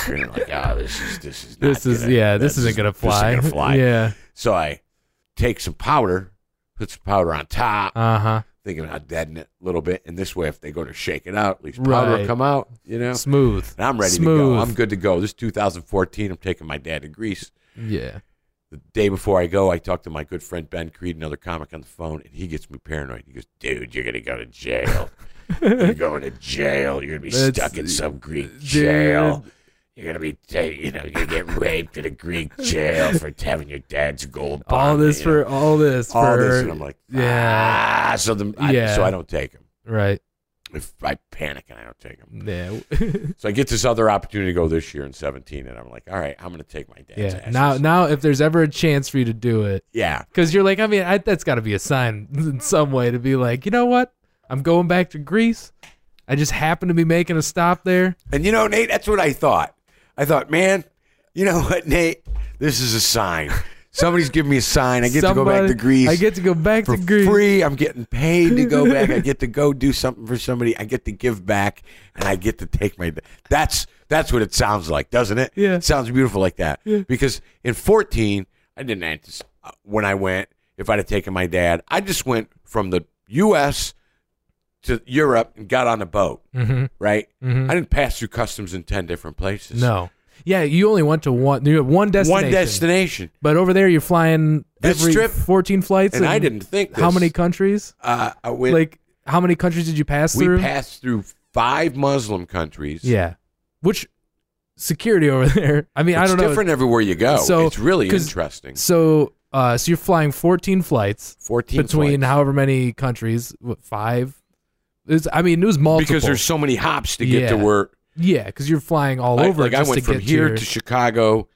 B: And you're like, oh, this is this is not
A: this is
B: gonna-
A: yeah. This isn't gonna fly.
B: This isn't gonna fly.
A: Yeah.
B: So I take some powder, put some powder on top,
A: Uh huh.
B: thinking about deaden it a little bit. And this way, if they go to shake it out, at least powder
A: Right.
B: will come out, you know?
A: Smooth.
B: And I'm ready
A: Smooth.
B: to go. I'm good to go. This is 2014. I'm taking my dad to Greece.
A: Yeah.
B: The day before I go, I talk to my good friend Ben Creed, another comic on the phone, and he gets me paranoid. He goes, Dude, you're going to go to jail. you're going to jail. You're going to be
A: That's-
B: stuck in some Greek
A: dude.
B: jail.
C: You're gonna be, ta- you know, you're gonna get raped in a Greek jail for having your dad's gold.
A: all
C: bond,
A: this
C: you know.
A: for all this for
B: all this, and I'm like,
A: yeah,
B: ah, so the I,
A: Yeah.
B: so I don't take them.
A: right,
B: If I panic and I don't take them,
A: yeah,
B: so I get this other opportunity to go this year in 17, and I'm like, all right, I'm gonna take my dad's.
A: yeah.
B: asses.
A: Now, now, if there's ever a chance for you to do it,
B: yeah,
A: because you're like, I mean, I, that's got to be a sign in some way to be like, you know what, I'm going back to Greece. I just happened to be making a stop there.
B: and you know, Nate, that's what I thought. I thought, man, you know what, Nate, this is a sign. Somebody's giving me a sign. I get to go back
A: Somebody-
B: to Greece.
A: I get to go back
B: for
A: to Greece.
B: free. I'm getting paid to go back. I get to go do something for somebody. I get to give back, and I get to take my. That's that's what it sounds like, doesn't it?
A: Yeah.
B: It sounds beautiful like that. Because in 14, I didn't anticipate when I went. If I'd have taken my dad, I just went from the U.S. to Europe and got on a boat.
A: Mm-hmm.
B: Right.
A: Mhm.
B: I didn't pass through customs in ten different places.
A: No, yeah, you only went to one. You have one destination.
B: One destination,
A: But over there, you're flying
B: This
A: every
B: trip-
A: 14 flights.
B: and I didn't think
A: How
B: this.
A: many countries?
B: Uh, I went,
A: like how many countries did you pass
B: we
A: through?
B: passed through five Muslim countries.
A: yeah, which security over there? I mean, I
B: it's
A: don't know.
B: different everywhere you go.
A: So-
B: it's really
A: 'cause-
B: interesting.
A: So, uh, so you're flying 14 flights
B: 14
A: between
B: flights.
A: however many countries? What, five? It's, I mean, it was multiple.
B: because there's so many hops to get to
A: Yeah.
B: where
A: yeah, because you're flying all
B: I-
A: over.
B: like I
A: just
B: went
A: to
B: from
A: get
B: here
A: your-
B: to Chicago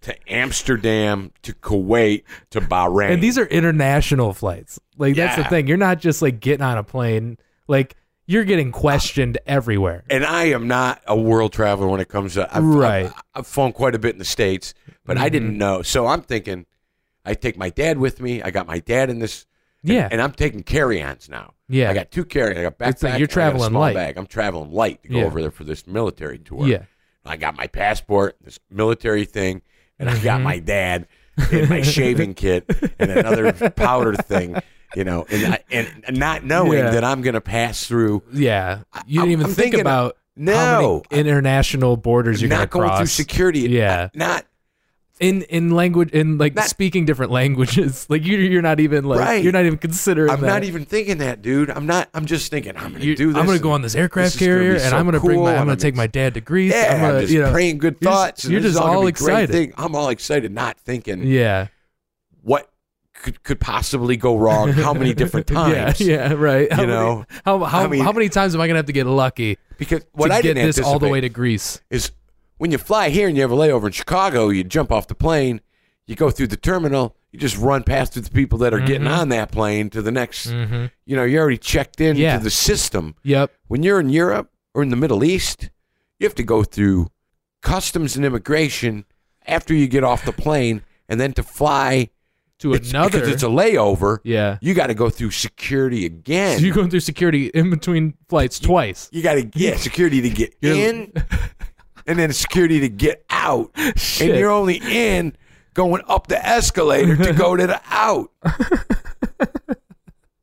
B: to Amsterdam to Kuwait to Bahrain.
A: and these are international flights. Like that's the
B: Yeah.
A: thing. You're not just like getting on a plane. Like you're getting questioned everywhere.
B: and I am not a world traveler when it comes to I've,
A: Right. Mm-hmm.
B: I've, I've flown quite a bit in the states, but I didn't know. So I'm thinking I take my dad with me. I got my dad in this and-
A: Yeah.
B: and I'm taking carry-ons now.
A: Yeah.
B: I got two carry-ons. I got backpack.
A: It's like you're
B: and I got a
A: traveling
B: small
A: light.
B: Bag. I'm traveling light to go
A: Yeah.
B: over there for this military tour.
A: Yeah.
B: I got my passport, this military thing, and I
A: Mm-hmm.
B: got my dad and my shaving kit and another powder thing, you know, and I, and not knowing
A: Yeah.
B: that I'm going to pass through.
A: Yeah, you
B: I'm-
A: didn't even
B: I'm
A: think
B: thinking-
A: about how
B: No.
A: many international borders you're
B: not
A: gonna
B: going
A: cross.
B: through security.
A: Yeah.
B: Not
A: in in language in like
B: Not-
A: speaking different languages. Like you, you're not even like
B: Right.
A: you're not even considering.
B: I'm
A: that.
B: not even thinking that, dude. I'm not I'm just thinking I'm going to
A: You-
B: do this.
A: I'm gonna go on this aircraft
B: This is gonna be
A: carrier and
B: so
A: I'm gonna bring
B: cool,
A: my.
B: and
A: I'm
B: I'm
A: gonna take my dad to Greece. I'm
B: Yeah, I'm,
A: gonna
B: just
A: you know,
B: praying good
A: you're just-
B: thoughts. and
A: you're
B: this is
A: just
B: gonna
A: all
B: be great
A: excited.
B: thing. I'm all excited, not thinking
A: Yeah,
B: what could, could possibly go wrong, how many different times.
A: yeah, yeah, right. How many-
B: know,
A: how how,
B: I mean-
A: how many times am I gonna have to get lucky
B: Because what
A: to
B: I
A: get
B: didn't
A: this all the
B: anticipate-
A: way to Greece?
B: is when you fly here and you have a layover in Chicago, you jump off the plane, you go through the terminal, you just run past the people that are getting
A: Mm-hmm.
B: on that plane to the next. You know, you're already checked in
A: Mm. Yeah.
B: to the system.
A: Yep.
B: When you're in Europe or in the Middle East, you have to go through customs and immigration after you get off the plane, and then to fly
A: To
B: it's-
A: another.
B: because it's a layover.
A: yeah.
B: You got to go through security again.
A: So you're going through security in between flights twice.
B: You got to get security to get
A: You're-
B: in, and then security to get out,
A: Shit.
B: and you're only in going up the escalator to go to the out.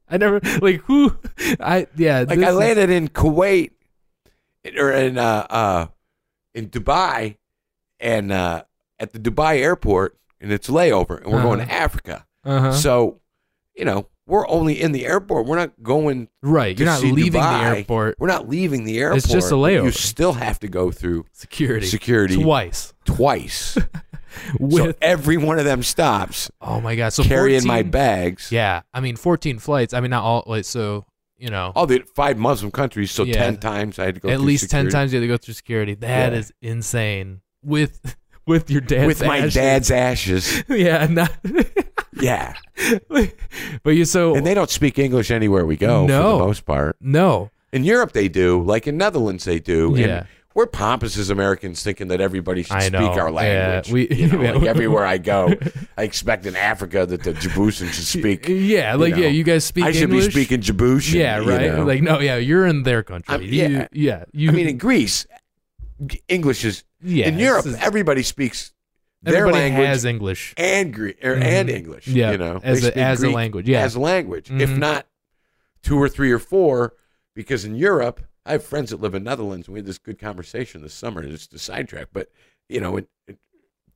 A: I never like who. I yeah.
B: Like
A: this
B: I
A: is-
B: landed in Kuwait or in uh, uh, in Dubai, and uh, at the Dubai airport, and it's layover, and we're going to Africa.
A: Uh-huh.
B: So, you know, we're only in the airport. We're not going.
A: Right.
B: to
A: You're not
B: see
A: leaving
B: Dubai.
A: the airport.
B: We're not leaving the airport.
A: It's just a
B: You
A: layover.
B: still have to go through
A: Security.
B: Security.
A: Twice.
B: twice.
A: With
B: so every one of them stops
A: oh my god. So
B: carrying
A: 14,
B: my bags.
A: Yeah. I mean, 14 flights. I mean, not all. Like, so you know,
B: All the five Muslim countries, so
A: Yeah.
B: ten times I had to go
A: at
B: through
A: least 10
B: security.
A: times you have to go through security. That
B: Yeah.
A: is insane. With with your dad's
B: with my
A: ashes.
B: dad's ashes.
A: yeah. Not,
B: Yeah,
A: but you so
B: and they don't speak English anywhere we go for
A: No.
B: the most part.
A: no.
B: In Europe, they do. Like in Netherlands, they do.
A: Yeah.
B: And we're pompous as Americans, thinking that everybody should
A: I
B: speak
A: know.
B: our language.
A: Yeah, we-
B: you know,
A: yeah,
B: like
A: we-
B: everywhere I go, I expect in Africa that the Djiboutian should speak.
A: Yeah. Like
B: know,
A: yeah. You guys speak.
B: I should
A: English?
B: be speaking Djiboutian.
A: Yeah.
B: you
A: Right.
B: know?
A: Like no. Yeah. You're in their country.
B: I'm-
A: You-
B: yeah.
A: yeah. You.
B: I mean, in Greece, G- English is
A: yeah.
B: in Europe.
A: this is-
B: everybody speaks their
A: everybody
B: language
A: has English.
B: and Greek or,
A: Mhm.
B: and English.
A: Yeah,
B: you know,
A: as
B: They
A: a-
B: speak
A: as a
B: Greek
A: language, yeah.
B: as a language. If
A: Mhm.
B: not two or three or four, because in Europe, I have friends that live in Netherlands, and we had this good conversation this summer. and It's to sidetrack, but you know, it, it,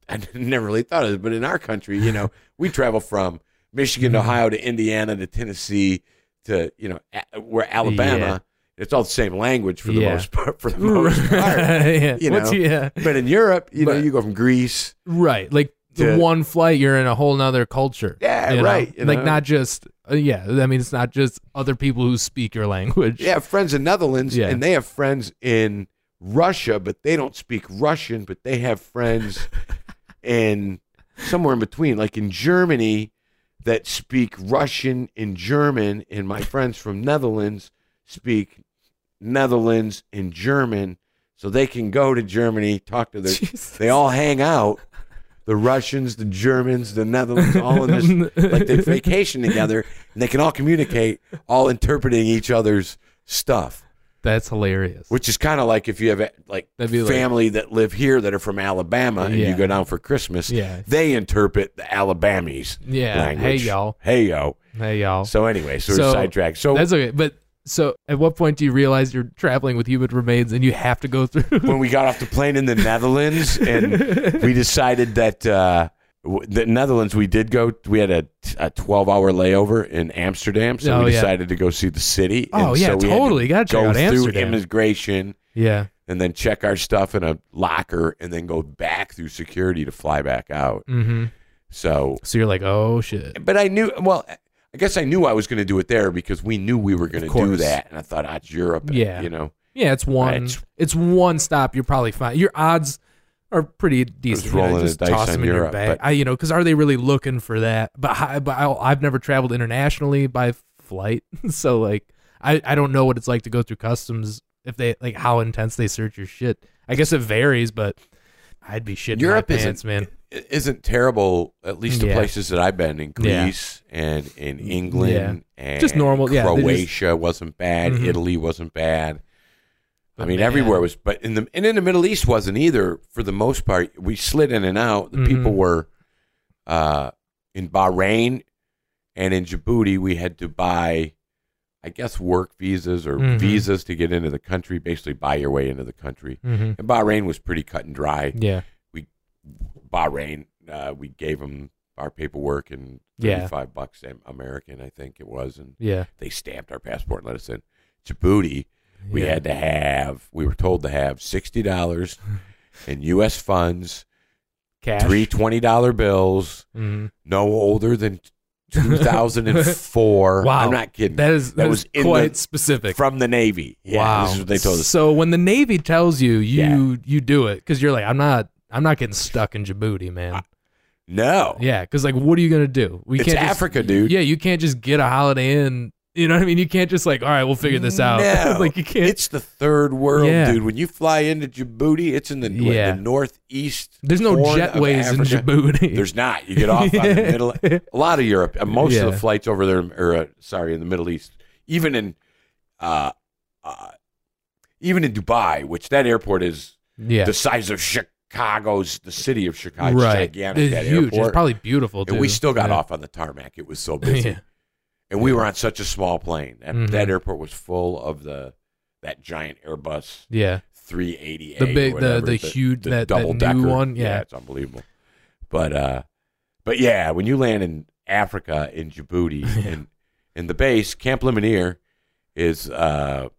B: I never really thought of it, but in our country, you know, we travel from
A: Mm-hmm.
B: Michigan, to Ohio, to Indiana, to Tennessee, to you know, a- we're Alabama. It's all the same language for the
A: Yeah.
B: most part. For the most part,
A: yeah.
B: you
A: What's-
B: know.
A: yeah.
B: but in Europe, you know,
A: But-
B: you go from Greece.
A: Right. Like the
B: Yeah.
A: one flight, you're in a whole nother culture.
B: Yeah,
A: you know?
B: right, you
A: like
B: know?
A: not just, uh, yeah. I mean, it's not just other people who speak your language.
B: They have friends in Netherlands,
A: Yeah.
B: and they have friends in Russia, but they don't speak Russian. But they have friends in somewhere in between, like in Germany, that speak Russian and German, and my friends from Netherlands speak Netherlands and German, so they can go to Germany, talk to their.
A: Jesus.
B: They all hang out. The Russians, the Germans, the Netherlands, all in this like they vacation together and they can all communicate, all interpreting each other's stuff,
A: That's hilarious.
B: which is kind of like if you have like
A: That'd be like-
B: family that live here that are from Alabama and
A: Yeah.
B: you go down for Christmas,
A: Yeah.
B: they interpret the Alabamies
A: Yeah.
B: language.
A: Hey, y'all.
B: Hey yo.
A: Hey, y'all.
B: So anyway, so,
A: So,
B: we're sidetracked. So
A: That's okay. But so at what point do you realize you're traveling with human remains and you have to go through?
B: when we got off the plane in the Netherlands and we decided that uh, w- the Netherlands we did go we had a, a 12 hour layover in Amsterdam so
A: Oh,
B: we
A: yeah.
B: decided to go see the city
A: Oh, yeah,
B: And so we had to
A: totally. Gotta check
B: go
A: out
B: through
A: Amsterdam.
B: immigration
A: yeah.
B: and then check our stuff in a locker and then go back through security to fly back out
A: Mm-hmm.
B: so
A: So you're like, oh, shit.
B: but I knew well I guess I knew I was going to do it there because we knew we were going to do
A: course.
B: that and I thought ah, it's Europe and,
A: Yeah.
B: you know
A: Yeah, it's one.
B: Right.
A: It's one stop. You're probably fine. Your odds are pretty decent. you know,
B: rolling the
A: just
B: dice
A: toss
B: on
A: them in your
B: Europe,
A: bag.
B: but-
A: I, you know, because are they really looking for that? But, I, but I, I've never traveled internationally by flight, so like I, I don't know what it's like to go through customs if they like how intense they search your shit. I guess it varies, but I'd be shitting
B: Europe
A: my
B: isn't-
A: pants, man.
B: it isn't terrible. At least the
A: Yeah.
B: places that I've been in
A: Yeah.
B: Greece and in England
A: Yeah.
B: and
A: Just normal- yeah, they're just-
B: Croatia wasn't bad.
A: Mhm.
B: Italy wasn't bad. I
A: But
B: mean,
A: man.
B: everywhere was, but in the and in the Middle East wasn't either. For the most part, we slid in and out. The
A: Mhm.
B: people were uh, in Bahrain and in Djibouti. We had to buy, I guess, work visas or
A: Mhm.
B: visas to get into the country. Basically, buy your way into the country.
A: hmm
B: And Bahrain was pretty cut and dry.
A: Yeah,
B: Bahrain. Uh, we gave them our paperwork and
A: Yeah.
B: thirty-five bucks Am- American, I think it was, and
A: yeah.
B: they stamped our passport and let us in. Djibouti, we
A: yeah.
B: had to have. We were told to have sixty dollars in U.S. funds,
A: cash.
B: three twenty-dollar bills,
A: Mhm.
B: no older than two thousand and four.
A: Wow,
B: I'm not kidding.
A: That is that,
B: That
A: was
B: was in the-
A: quite specific.
B: from the Navy. Yeah,
A: wow.
B: this is what they told us.
A: So when the Navy tells you, you you do it because you're like, I'm not, I'm not getting stuck in Djibouti, man. Yeah, 'cause
B: No,
A: yeah, because like, what are you gonna do? We
B: It's
A: just-
B: Africa, dude.
A: Yeah, you can't just get a Holiday Inn. You know what I mean? You can't just like, all right, we'll figure this out.
B: No.
A: like you can't.
B: It's the third world,
A: Yeah.
B: dude. When you fly into Djibouti, it's in the,
A: Yeah.
B: the northeast.
A: there's no
B: horn of
A: jetways in
B: Africa.
A: Djibouti.
B: There's not. You get off on the middle. A lot of Europe. uh, Most of
A: Yeah.
B: the flights over there, or uh, sorry, in the Middle East, even in, uh, uh, even in Dubai, which that airport is
A: yeah,
B: the size of Chicago's, the city of Chicago, It's
A: right.
B: gigantic.
A: It's
B: that
A: huge.
B: airport.
A: It's probably beautiful. Too.
B: and we still got
A: Yeah.
B: off on the tarmac. It was so busy,
A: Yeah.
B: and we were on such a small plane. That,
A: Mhm.
B: that airport was full of the that giant Airbus
A: Yeah.
B: 380
A: The big- the- the huge- that- that new one, yeah.
B: it's unbelievable but uh but yeah when you land in africa in djibouti and and the base camp lemonnier is uh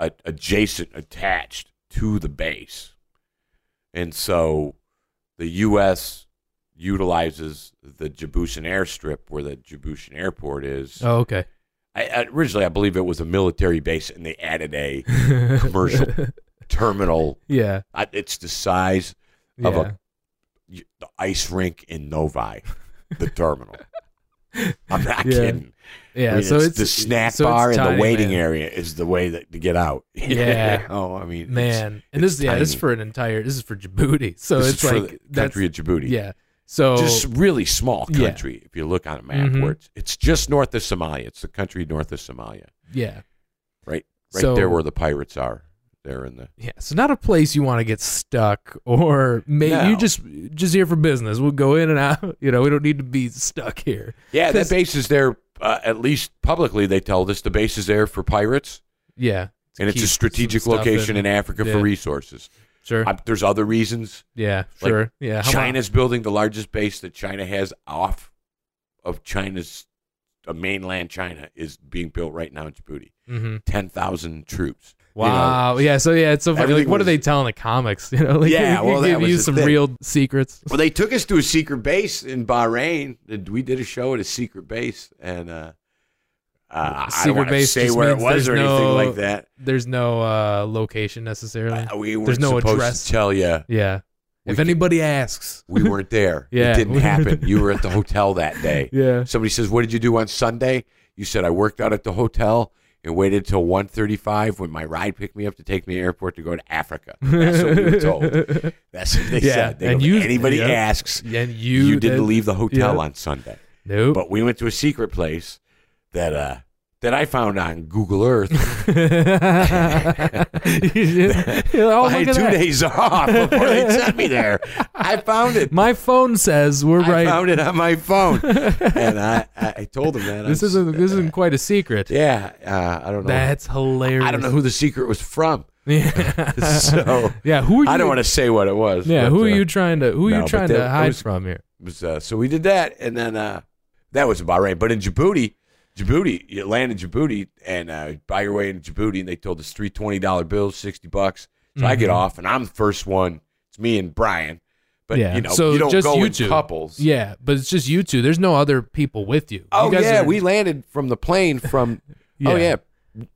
B: a, adjacent attached to the base and so the us utilizes the djiboutian airstrip where the djiboutian airport is
A: Oh, okay.
B: I, I- originally i believe it was a military base and they added a commercial terminal
A: yeah.
B: I- it's the size
A: Yeah.
B: Of a- y- the ice rink in Novi, the terminal. I'm
A: Yeah.
B: not kidding.
A: yeah.
B: I mean,
A: so it's,
B: the snack
A: so it's
B: bar and
A: tiny,
B: the waiting
A: man.
B: area is the way that to get out.
A: Yeah.
B: oh, I mean, it's-
A: man and this
B: it's
A: yeah this is
B: tiny.
A: for an entire this is for djibouti so
B: this
A: it's
B: is for
A: like
B: the
A: that's
B: country of Djibouti.
A: yeah so
B: Just really small
A: Yeah.
B: country. If you look on a map,
A: Mhm.
B: where it's, it's just north of Somalia. It's the country north of Somalia,
A: yeah
B: right, right
A: So-
B: there where the pirates are. They're in the
A: yeah so not a place you want to get stuck or may you
B: No.
A: just just here for business we'll go in and out you know we don't need to be stuck here
B: yeah.
A: 'Cause-
B: That base is there. Uh, at least publicly, they tell us the base is there for pirates,
A: yeah
B: and it's
A: keep
B: a
A: some
B: strategic
A: stuff
B: location in Africa
A: yeah.
B: for resources.
A: sure Uh-huh.
B: I, there's other reasons.
A: yeah
B: like,
A: sure yeah how about-
B: China's building the largest base that China has off of China's uh, mainland China is being built right now in Djibouti. ten thousand troops. you know.
A: mm-hmm. Wow. yeah. So yeah, it's so funny. Like,
B: Everything
A: what are
B: was-
A: they telling the comics? You know, like
B: Yeah,
A: you
B: well, that
A: give
B: was
A: you
B: the
A: some
B: thing.
A: real secrets.
B: Well, they took us to a secret base in Bahrain. We did a show at a secret base, and uh, uh, I
A: Secret
B: don't want to
A: base
B: say
A: just
B: where it
A: means
B: was or
A: there's
B: anything
A: no-
B: like that.
A: There's no uh, location necessarily.
B: Uh, we
A: There's
B: weren't
A: no
B: supposed
A: address.
B: to tell you.
A: yeah.
B: we
A: If
B: can-
A: anybody asks.
B: We weren't there.
A: Yeah.
B: It didn't happen. You were at the hotel that day.
A: Yeah.
B: Somebody says, "What did you do on Sunday?" You said, "I worked out at the hotel and waited till 1.35 when my ride picked me up to take me to the airport to go to Africa." That's what we were told. That's what they
A: Yeah,
B: said. They
A: and
B: go,
A: you-
B: "If anybody
A: yeah.
B: asks,
A: And you
B: you, didn't
A: then-
B: leave the hotel
A: yeah.
B: on Sunday."
A: Nope.
B: But we went to a secret place that uh, that I found on Google Earth.
A: You just- you're like, oh,
B: I
A: look
B: had
A: at
B: two
A: that.
B: days off before they sent me there. I found it.
A: My phone says we're
B: I
A: right.
B: found it on my phone, and I, I I told him that.
A: this
B: I'm-
A: isn't this isn't quite a secret.
B: Yeah, uh, I don't know.
A: That's hilarious.
B: I don't know who the secret was from.
A: Yeah.
B: So
A: yeah. Who are you?
B: I don't want to say what it was.
A: Yeah.
B: but,
A: Who are
B: uh,
A: you trying to? Who are
B: no,
A: you
B: but
A: trying
B: that-
A: to
B: that
A: hide
B: was-
A: from here?
B: it was, uh, so we did that, and then uh, that was Bahrain. But in Djibouti, Djibouti, you land in Djibouti, and uh, buy your way into Djibouti, and they told us three twenty dollar bills, sixty bucks. So I
A: Mm-hmm.
B: get off, and I'm the first one. It's me and Brian. But
A: Yeah,
B: you know,
A: so
B: you don't
A: just
B: go
A: you
B: in
A: two.
B: couples.
A: Yeah, but it's just you two. There's no other people with you.
B: Oh
A: you guys
B: yeah,
A: are-
B: we landed from the plane from.
A: Yeah.
B: Oh yeah,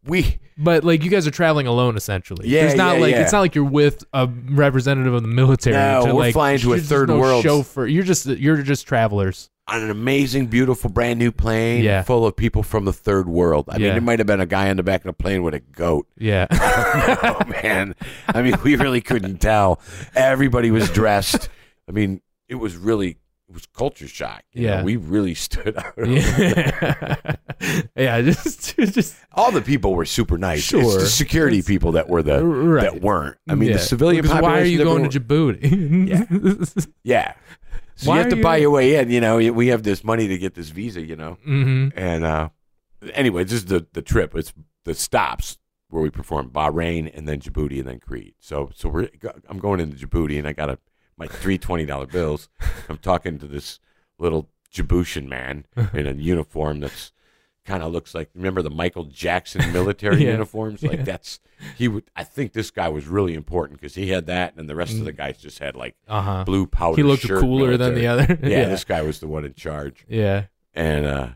B: we
A: But like you guys are traveling alone essentially.
B: Yeah,
A: There's not
B: yeah,
A: like
B: yeah.
A: it's not like you're with a representative of the military.
B: No,
A: to,
B: we're
A: like,
B: flying to a
A: you're just
B: third
A: no
B: world.
A: chauffeur. You're just you're just travelers.
B: on an amazing, beautiful, brand new plane
A: Yeah.
B: full of people from the third world. I
A: Yeah.
B: mean, there might have been a guy on the back of the plane with a goat.
A: Yeah.
B: oh man, I mean, we really couldn't tell. Everybody was dressed. I mean, it was really it was culture shock. You know,
A: Yeah.
B: we really stood out.
A: yeah. yeah, just just
B: All the people were super nice. It's
A: Sure.
B: the security people that were the
A: Right.
B: that weren't. I mean,
A: yeah.
B: the civilian
A: Because
B: population.
A: Why are you
B: that were-
A: going to Djibouti?
B: Yeah. So
A: Why
B: you have
A: are
B: to
A: you-
B: buy your way in. You know, we have this money to get this visa. You know,
A: hmm
B: and uh, anyway, this is the the trip. It's the stops where we perform Bahrain and then Djibouti and then Crete. So so we're I'm going into Djibouti and I got a, my three twenty dollar bills. I'm talking to this little Djiboutian man in a uniform that's kind of looks like remember the Michael Jackson military
A: Yeah.
B: uniforms like
A: Yeah.
B: that's he would I think this guy was really important because he had that and the rest of the guys just had like
A: Uh-huh.
B: blue powder
A: Mm. He looked
B: shirt
A: cooler than the
B: military.
A: other.
B: yeah,
A: yeah.
B: this guy was the one in charge
A: Yeah.
B: and uh,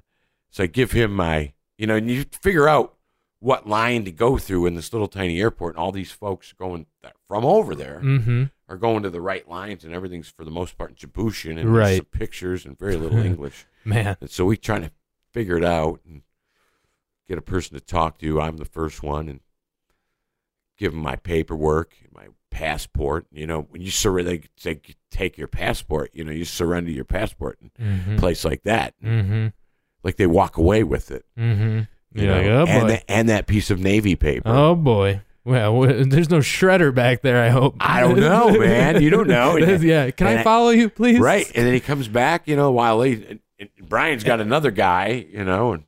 B: so I give him my, you know, and you figure out what line to go through in this little tiny airport, and all these folks going th- from over there
A: Mhm.
B: are going to the right lines, and everything's for the most part Djiboutian and
A: Right.
B: some pictures and very little English,
A: Man.
B: and so we trying to figure it out and get a person to talk to. I'm the first one, and give him my paperwork, my passport. You know, when you surrender, they, they take your passport. You know, you surrender your passport in a
A: Mhm.
B: place like that
A: Mhm.
B: like they walk away with it.
A: Mhm.
B: You
A: You're
B: know?
A: like, oh boy.
B: and, tha- and that piece of navy paper.
A: Oh boy. Well, w- there's no shredder back there. I hope.
B: I don't know, man. You don't know.
A: That's- yeah. Can
B: And
A: I
B: I-
A: follow you, please?
B: Right. And then he comes back, you know, while he, and- and Brian's got another guy, you know, and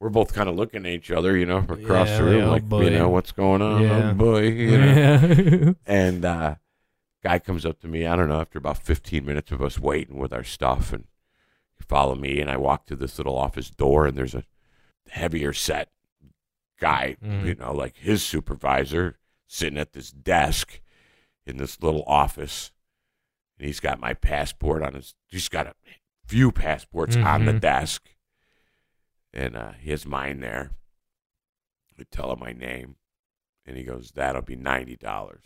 B: we're both kind of looking at each other, you know, from across
A: Yeah,
B: the room,
A: oh
B: like,
A: boy.
B: you know, what's going on,
A: Yeah.
B: oh boy, you know.
A: Yeah.
B: And uh, guy comes up to me, I don't know, after about 15 minutes of us waiting with our stuff, and he followed me, and I walk to this little office door, and there's a heavier set guy,
A: Mm.
B: you know, like his supervisor sitting at this desk in this little office, and he's got my passport on his. He's got a few passports on the
A: Mhm.
B: desk, and uh, he has mine there. I tell him my name, and he goes, "That'll be ninety dollars."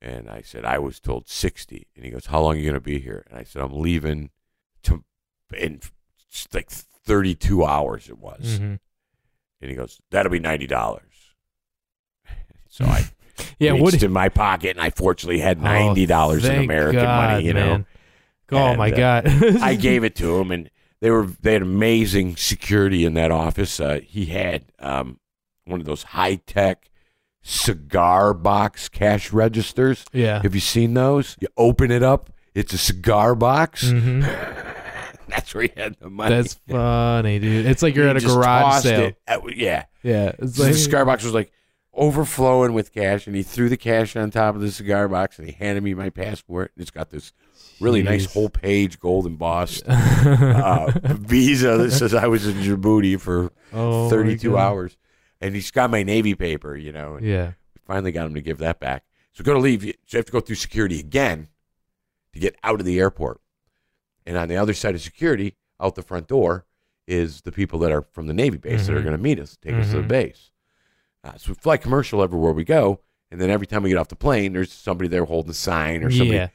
B: And I said, "I was told 60. And he goes, "How long are you gonna be here?" And I said, "I'm leaving to in like thirty-two hours." It was.
A: Mhm.
B: And he goes, "That'll be ninety dollars." So I
A: Yeah.
B: reached
A: What? Oh,
B: in my pocket, and I fortunately had ninety dollars in
A: thank
B: American
A: God,
B: money. You
A: man.
B: know,
A: Oh
B: And,
A: my
B: uh,
A: God.
B: I gave it to him, and they were they had amazing security in that office. Uh, he had um, one of those high tech cigar box cash registers.
A: Yeah.
B: Have you seen those? You open it up, it's a cigar box.
A: Mhm.
B: That's where he had the money.
A: That's funny, dude. It's like you're
B: He
A: at a
B: just
A: garage
B: tossed
A: sale.
B: it. Uh, yeah.
A: Yeah. It's
B: So
A: like
B: the cigar box was like overflowing with cash, and he threw the cash on top of the cigar box, and he handed me my passport. It's got this really nice
A: Jeez.
B: whole page gold embossed uh, visa that says I was in Djibouti for
A: Oh my
B: 32
A: God.
B: hours. and he's got my Navy paper, you know. And
A: Yeah.
B: we finally got him to give that back. So we're going to leave. you- So you have to go through security again to get out of the airport. And on the other side of security, out the front door, is the people that are from the Navy base that are
A: Mhm.
B: going to meet us, take us to the
A: Mhm.
B: base. Uh, so we fly commercial everywhere we go. And then every time we get off the plane, there's somebody there holding a sign or somebody
A: Yeah.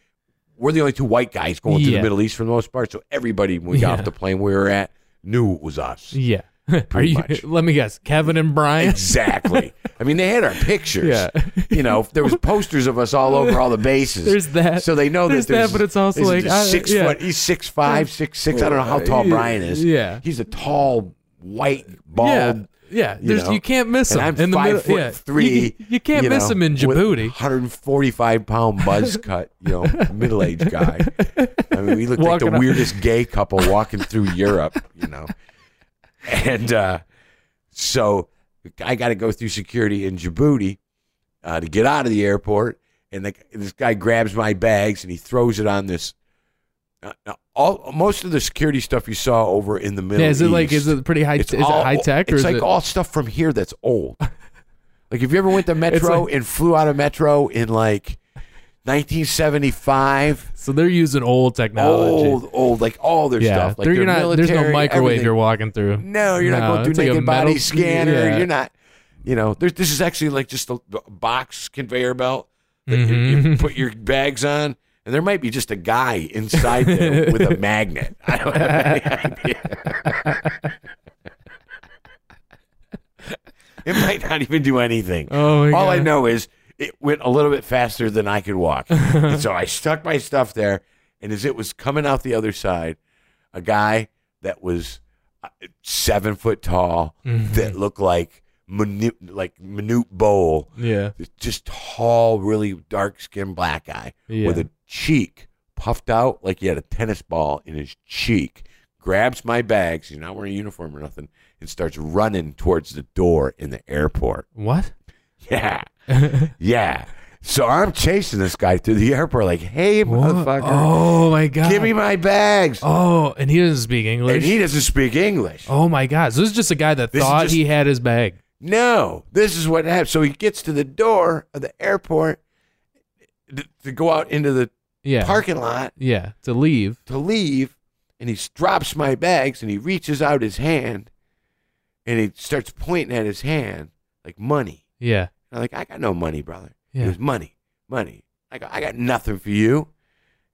B: we're the only two white guys going to the
A: Yeah.
B: Middle East for the most part. So everybody, when we got
A: Yeah.
B: off the plane we were at, knew it was us.
A: Yeah. Are you,
B: much.
A: Let me guess. Kevin and Brian.
B: Exactly. I mean, they had our pictures.
A: Yeah.
B: You know, there was posters of us all over all the bases.
A: There's that.
B: So they know
A: There's
B: that there's
A: that, but it's also
B: there's
A: like,
B: this
A: I-
B: six
A: yeah.
B: foot. He's six five, six six. I don't know how tall
A: Yeah.
B: Brian is.
A: Yeah.
B: He's a tall, white, bald.
A: yeah. Yeah.
B: you
A: There's, you,
B: know,
A: can't miss
B: And
A: him.
B: I'm
A: in the
B: five
A: middle.
B: foot
A: yeah.
B: three.
A: You, you can't miss
B: know,
A: him in
B: with
A: Djibouti.
B: 145 pound buzz cut, you know, middle aged guy. I mean, we looked
A: Walking
B: like the
A: up-
B: weirdest gay couple walking through Europe, you know. And uh, so I got to go through security in Djibouti uh, to get out of the airport. And the, this guy grabs my bags and he throws it on this. Uh, uh, all most of the security stuff you saw over in the Middle
A: Yeah, is it like is
B: East-
A: it pretty high?
B: it's
A: is
B: all-
A: it high tech or
B: It's
A: is
B: like
A: it?
B: all stuff from here that's old. like if you ever went to Metro
A: like-
B: and flew out of Metro in like 1975,
A: so they're using old technology.
B: old, old, like all their
A: yeah,
B: stuff. Like
A: They're-
B: their
A: you're not. There's no
B: military,
A: microwave
B: everything.
A: you're walking through.
B: No, you're
A: No,
B: not going
A: it's
B: through
A: like a
B: naked body
A: metal-
B: scanner.
A: yeah.
B: You're not. You know, there's, this is actually like just a box conveyor belt that you- you,
A: Mhm.
B: put your bags on. And there might be just a guy inside there with a magnet. I don't have any idea. it might not even do anything.
A: Oh my god.
B: All I know is it went a little bit faster than I could walk. and so I stuck my stuff there. And as it was coming out the other side, a guy that was uh, seven foot tall, that looked like minute, like minute bowl,
A: Yeah.
B: just tall, really dark skinned black guy
A: Yeah.
B: with a cheek puffed out like he had a tennis ball in his cheek, grabs my bags, he's not wearing a uniform or nothing, and starts running towards the door in the airport.
A: What?
B: Yeah. Yeah. So I'm chasing this guy through the airport, like, hey,
A: What?
B: motherfucker,
A: Oh my god.
B: give me my bags.
A: Oh, and he doesn't speak English.
B: and he doesn't speak English.
A: oh my god. So this is just a guy that
B: This is
A: thought
B: just-
A: he had his bag.
B: No, this is what happened. So he gets to the door of the airport th- to go out into the
A: Yeah.
B: parking lot
A: Yeah. To leave.
B: to leave, and he s- drops my bags and he reaches out his hand and he starts pointing at his hand like money.
A: Yeah.
B: And I'm like, I got no money, brother.
A: Yeah.
B: He goes, money, money. I go, I got nothing for you.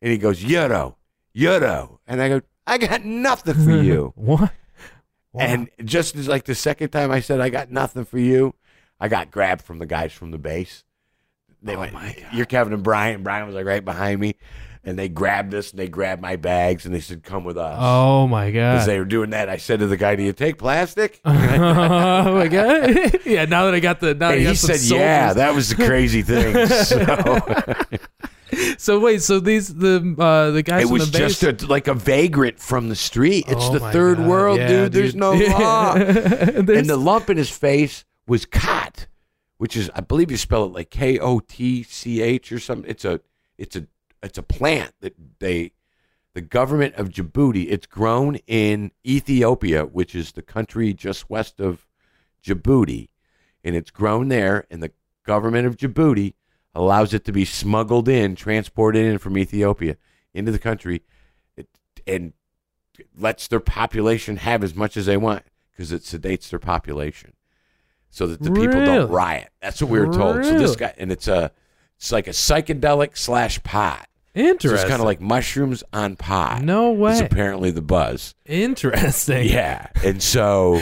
B: And he goes, euro, euro. And I go, I got nothing for you.
A: what?
B: and just as like the second time I said, I got nothing for you, I got grabbed from the guys from the base.
A: Oh
B: They went, you're Kevin and Brian. Brian was like right behind me. And they grabbed us and they grabbed my bags and they said, come with us.
A: Oh my
B: As
A: god.
B: they were doing that, I said to the guy, do you take plastic?
A: oh my god. yeah. Now that I got the now that I
B: and
A: got
B: he
A: some
B: said, yeah,
A: soldiers-
B: that was the crazy thing. So.
A: So wait, so these the uh the guys
B: It
A: from
B: was
A: the base
B: just a, like a vagrant from the street. It's
A: Oh
B: the
A: my
B: third
A: God.
B: world,
A: Yeah,
B: dude. There's no law.
A: There's-
B: and the lump in his face was cot, which is I believe you spell it like K O T C H or something. It's a it's a it's a plant that they the government of Djibouti. It's grown in Ethiopia, which is the country just west of Djibouti, and it's grown there. And the government of Djibouti allows it to be smuggled in, transported in from Ethiopia into the country, it, and lets their population have as much as they want because it sedates their population so that the people
A: Really?
B: don't riot. That's what we were told. So
A: Really?
B: this guy, and it's a, it's like a psychedelic slash pot. So
A: interesting.
B: it's kind of like "Ah, mushrooms on pot.
A: no
B: It's
A: way.
B: apparently the buzz.
A: Interesting.
B: Yeah. And so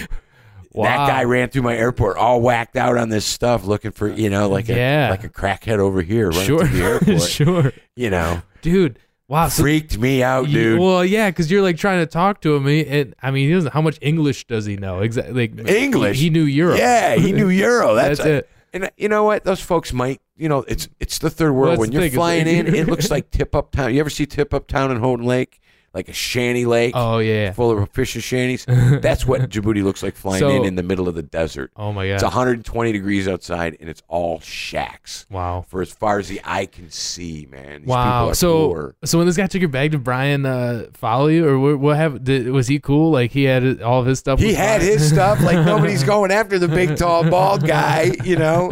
A: Wow.
B: that guy ran through my airport all whacked out on this stuff looking for, you know, like a
A: Yeah.
B: like a crackhead over here running
A: Sure.
B: through the airport.
A: sure.
B: You know.
A: Dude. Wow. So
B: Freaked me out,
A: you-
B: dude.
A: well, yeah, because you're like trying to talk to him. and- And I mean, he doesn't. How much English does he know? Exactly. Like,
B: English.
A: He, he knew Europe.
B: Yeah, he knew Euro. That's,
A: That's it.
B: And uh, you know what? Those folks might, you know, it's it's the third world.
A: that's
B: when
A: the
B: you're
A: thing, is
B: flying
A: that-
B: in, it looks like Tip Up Town. You ever see Tip Up Town in Houghton Lake? like a shanty lake
A: Oh yeah.
B: full of fisher shanties. That's what Djibouti looks like flying
A: So-
B: in in the middle of the desert.
A: Oh my
B: It's
A: god.
B: 120 degrees outside, and it's all shacks
A: Wow.
B: for as far as the eye can see, man. These people
A: Wow.
B: are
A: So
B: poor.
A: so when this guy took your bag, did Brian uh, follow you, or what, what happened? Did, was he cool? Like he had all of his stuff.
B: he
A: was
B: had
A: fine?
B: his stuff. Like nobody's going after the big, tall, bald guy. You know,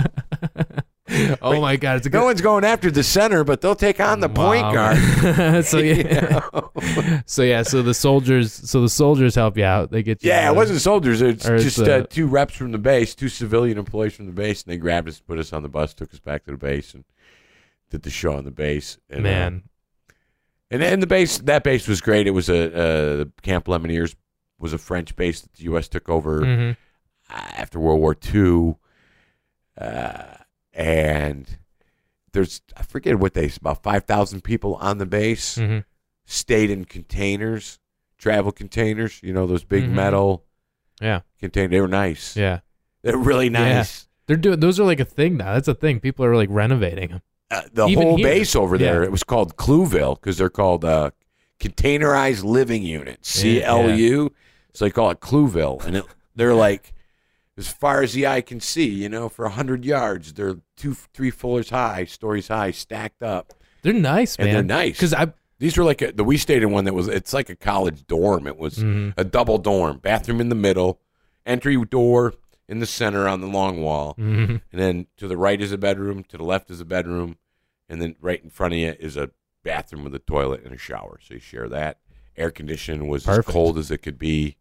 A: oh my god, it's a good.
B: no one's going after the center, but they'll take on the point
A: Wow.
B: guard.
A: so yeah. so yeah. So the soldiers. So the soldiers help you out. They get you.
B: Yeah,
A: out
B: it
A: of-
B: wasn't soldiers. It's
A: Or it's,
B: just
A: uh,
B: uh, two reps from the base, two civilian employees from the base, and they grabbed us, put us on the bus, took us back to the base, and did the show on the base. And, uh,
A: Man.
B: And and the base that base was great. It was a uh, Camp Lemoneers was a French base that the U.S. took over
A: Mhm.
B: uh, after World War II. Uh, and there's I forget what they about five thousand people on the base
A: Mhm.
B: stayed in containers, travel containers. You know those big
A: Mhm.
B: metal
A: Yeah.
B: containers. They were nice.
A: Yeah.
B: They're really
A: Yeah.
B: nice.
A: They're doing. Those are like a thing now. That's a thing. People are like renovating them.
B: Uh, the
A: Even
B: whole
A: here.
B: base over
A: Yeah.
B: there. It was called Clueville because they're called uh, containerized living units,
A: Yeah, yeah.
B: CLU. So they call it Clueville, and it, they're like as far as the eye can see. You know, for hundred yards, they're two, three floors high, stories high, stacked up,
A: They're nice,
B: and
A: man.
B: they're nice.
A: Because I.
B: These were like a, the we stayed in one that was it's like a college dorm. It was
A: Mhm.
B: a double dorm, bathroom in the middle, entry door in the center on the long wall,
A: Mhm.
B: and then to the right is a bedroom, to the left is a bedroom, and then right in front of you is a bathroom with a toilet and a shower. So you share that. Air conditioning was
A: Perfect.
B: as cold as it could be.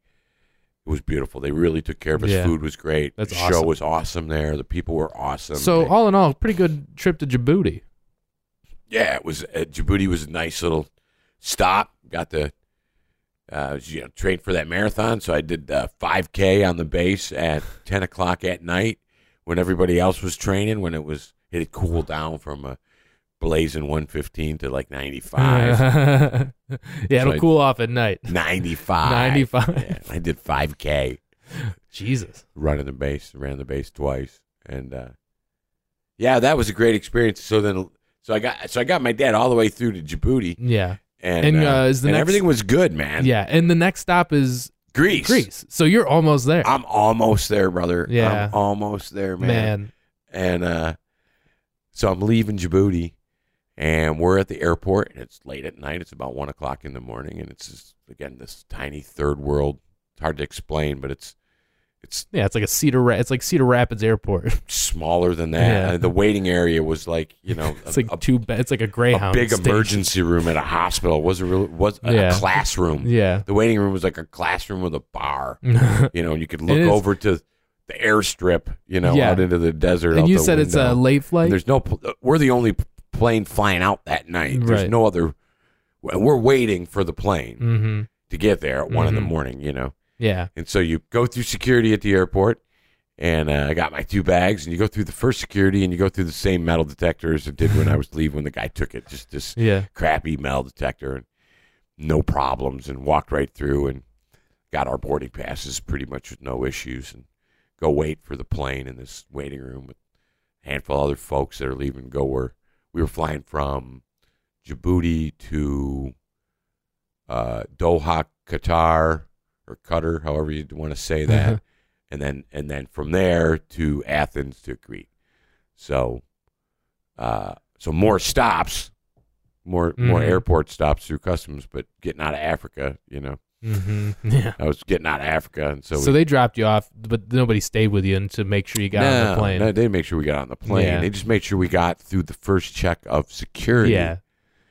B: It was beautiful. They really took care of us.
A: Yeah.
B: Food was great.
A: That's
B: the show
A: awesome.
B: was awesome there. The people were awesome.
A: So
B: They-
A: all in all, pretty good trip to Djibouti.
B: yeah, it was uh, Djibouti was a nice little stop. Got the uh, you know trained for that marathon, so I did uh, 5K on the base at 10 o'clock at night when everybody else was training. When it was it had cooled down from a blazing 115 to like 95,
A: yeah, it'll
B: So-
A: cool off at night.
B: 95,
A: 95.
B: Yeah, I did 5K
A: Jesus.
B: running the base, ran the base twice, and uh, yeah, that was a great experience. So then, so I got so I got my dad all the way through to Djibouti.
A: Yeah.
B: and,
A: And, uh, is the
B: and
A: next-
B: everything was good, man.
A: Yeah. And the next stop is
B: Greece. Ah,
A: Greece. So you're almost there.
B: I'm almost there, brother.
A: Yeah.
B: I'm almost there, man.
A: man.
B: And uh, so I'm leaving Djibouti, and we're at the airport, and it's late at night. It's about one o'clock in the morning, and it's just, again this tiny third world. It's hard to explain, but it's it's
A: Yeah, it's like a Cedar Ra- it's like Cedar Rapids Airport.
B: smaller than that.
A: Yeah.
B: Uh, the waiting area was like you know
A: It's
B: a,
A: like
B: a-
A: two ba- it's like a
B: a
A: Greyhound.
B: big
A: station.
B: emergency room at a hospital. Was a real was a,
A: Yeah.
B: a classroom.
A: Yeah.
B: The waiting room was like a classroom with a bar.
A: and
B: You know, and you could look
A: is-
B: over to the airstrip, you know,
A: Yeah.
B: out into the desert. out
A: you
B: the
A: said it's a
B: window.
A: late flight?
B: There's no. pl- We're the only p- plane flying out that night.
A: Right.
B: There's no other. We're waiting for the plane
A: mm-hmm.
B: to get there at one in the
A: Mhm.
B: morning. You know,
A: Yeah.
B: and so you go through security at the airport, and uh, I got my two bags, and you go through the first security, and you go through the same metal detector as it did when I was leaving. When the guy took it, just this
A: Yeah.
B: crappy metal detector and no problems and walked right through and got our boarding passes pretty much with no issues and go wait for the plane in this waiting room with a handful of other folks that are leaving go where we were flying from Djibouti to uh, Doha, Qatar or Qatar, however you want to say that. and then and then from there to Athens to Crete. So uh, so more stops, more more
A: Mhm.
B: airport stops through customs, but getting out of Africa, you know.
A: hmm Yeah.
B: I was getting out of Africa and so,
A: So,
B: we,
A: they dropped you off, but nobody stayed with you and to make sure you got on the
B: No,
A: plane.
B: No, they didn't make sure we got on the plane.
A: Yeah.
B: They just made sure we got through the first check of security.
A: yeah.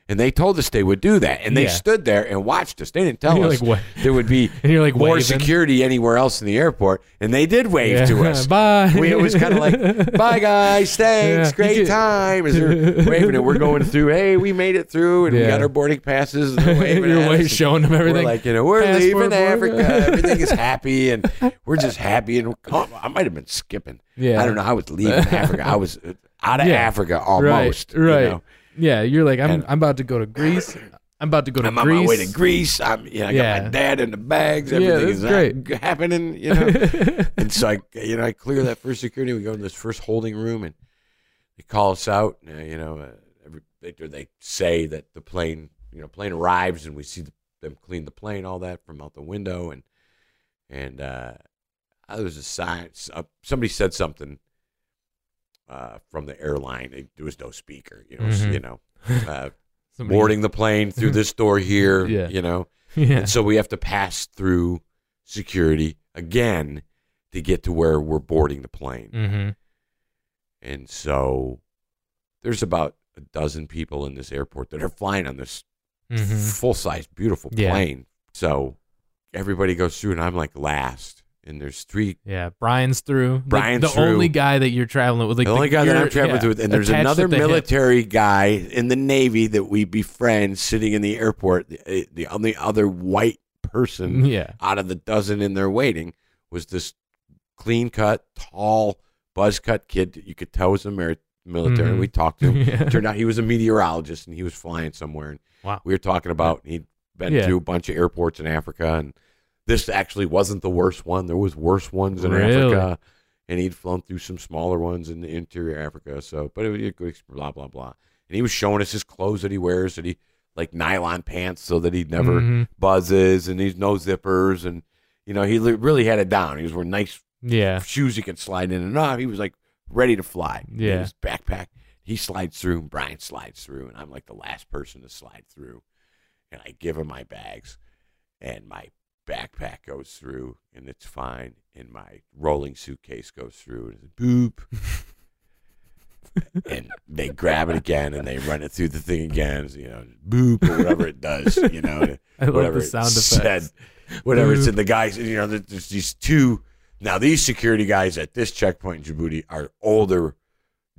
B: And they told us they would do that. And they
A: Yeah.
B: stood there and watched us. They didn't tell
A: And you're
B: us
A: like, what?
B: there would be
A: And you're like
B: more
A: waving.
B: security anywhere else in the airport. And they did wave
A: Yeah.
B: to us.
A: Bye.
B: We, it was kind of like, bye guys, thanks,
A: Yeah.
B: great
A: You get-
B: time. As they're waving and we're going through, hey, we made it through and
A: Yeah.
B: we got our boarding passes. And they're waving
A: You're
B: at
A: wa-
B: us.
A: showing them everything.
B: We're like, you know, we're
A: Passport,
B: leaving
A: boarding.
B: Africa. Everything is happy and we're just happy. And oh, I might have been skipping.
A: Yeah.
B: I don't know. I was leaving Africa. I was uh, out of
A: Yeah.
B: Africa almost. you
A: Right. right.
B: know.
A: Yeah, you're like I'm.
B: And-
A: I'm about to go to Greece. I'm about to go to
B: I'm
A: Greece.
B: on my way to Greece. I'm, you know, I
A: Yeah.
B: got my dad in the bags.
A: Yeah,
B: Everything
A: that's
B: is
A: great.
B: great. happening, you know. and so I, you know, I clear that first security. We go to this first holding room, and they call us out. And, uh, you know, uh, every, they, they say that the plane, you know, plane arrives, and we see the them clean the plane, all that from out the window, and and uh, there was a sign. Uh, somebody said something uh, from the airline. It, there was no speaker, you know. s-
A: Mhm.
B: You know, uh,
A: Somebody-
B: boarding the plane through this door here.
A: Yeah.
B: You know,
A: Yeah.
B: and so we have to pass through security again to get to where we're boarding the plane.
A: Mm-hmm.
B: And so there's about a dozen people in this airport that are flying on this
A: Mm-hmm.
B: full size, beautiful
A: Yeah.
B: plane. So everybody goes through, and I'm like last. And there's three.
A: Yeah, Brian's through. The-
B: Brian's
A: the,
B: through.
A: only guy that you're traveling with. Like
B: the only guy that
A: you're-
B: I'm traveling
A: yeah,
B: with, and there's
A: attached
B: another
A: at the hip.
B: military guy in the Navy that we befriend sitting in the airport. Eh, The, the only other white person
A: Yeah.
B: out of the dozen in there waiting was this clean cut, tall, buzz cut kid that you could tell was a mer- military.
A: Mhm.
B: We talked to him.
A: Yeah.
B: Turned out he was a meteorologist and he was flying somewhere. And
A: Wow.
B: we were talking about he'd been
A: Yeah.
B: to a bunch of airports in Africa, and this actually wasn't the worst one. There was worse ones in
A: Really?
B: Africa, and he'd flown through some smaller ones in the interior Africa. So, but it was a good ex- blah blah blah. And he was showing us his clothes that he wears that he like nylon pants so that he'd never
A: Mhm.
B: buzzes and these no zippers and you know he li- really had it down. He was wearing nice
A: Yeah.
B: shoes he could slide in and off. He was like ready to fly. He had
A: Yeah.
B: his backpack. He slides through and Brian slides through and I'm like the last person to slide through. And I give him my bags and my backpack goes through and it's fine. And my rolling suitcase goes through and it's boop. and they grab it again and they run it through the thing again, you know, boop or whatever it does, you know.
A: I love
B: whatever
A: the
B: it
A: sound effects.
B: said, whatever it's
A: Boop.
B: in the guys, you know, there- there's these two. Now these security guys at this checkpoint in Djibouti are older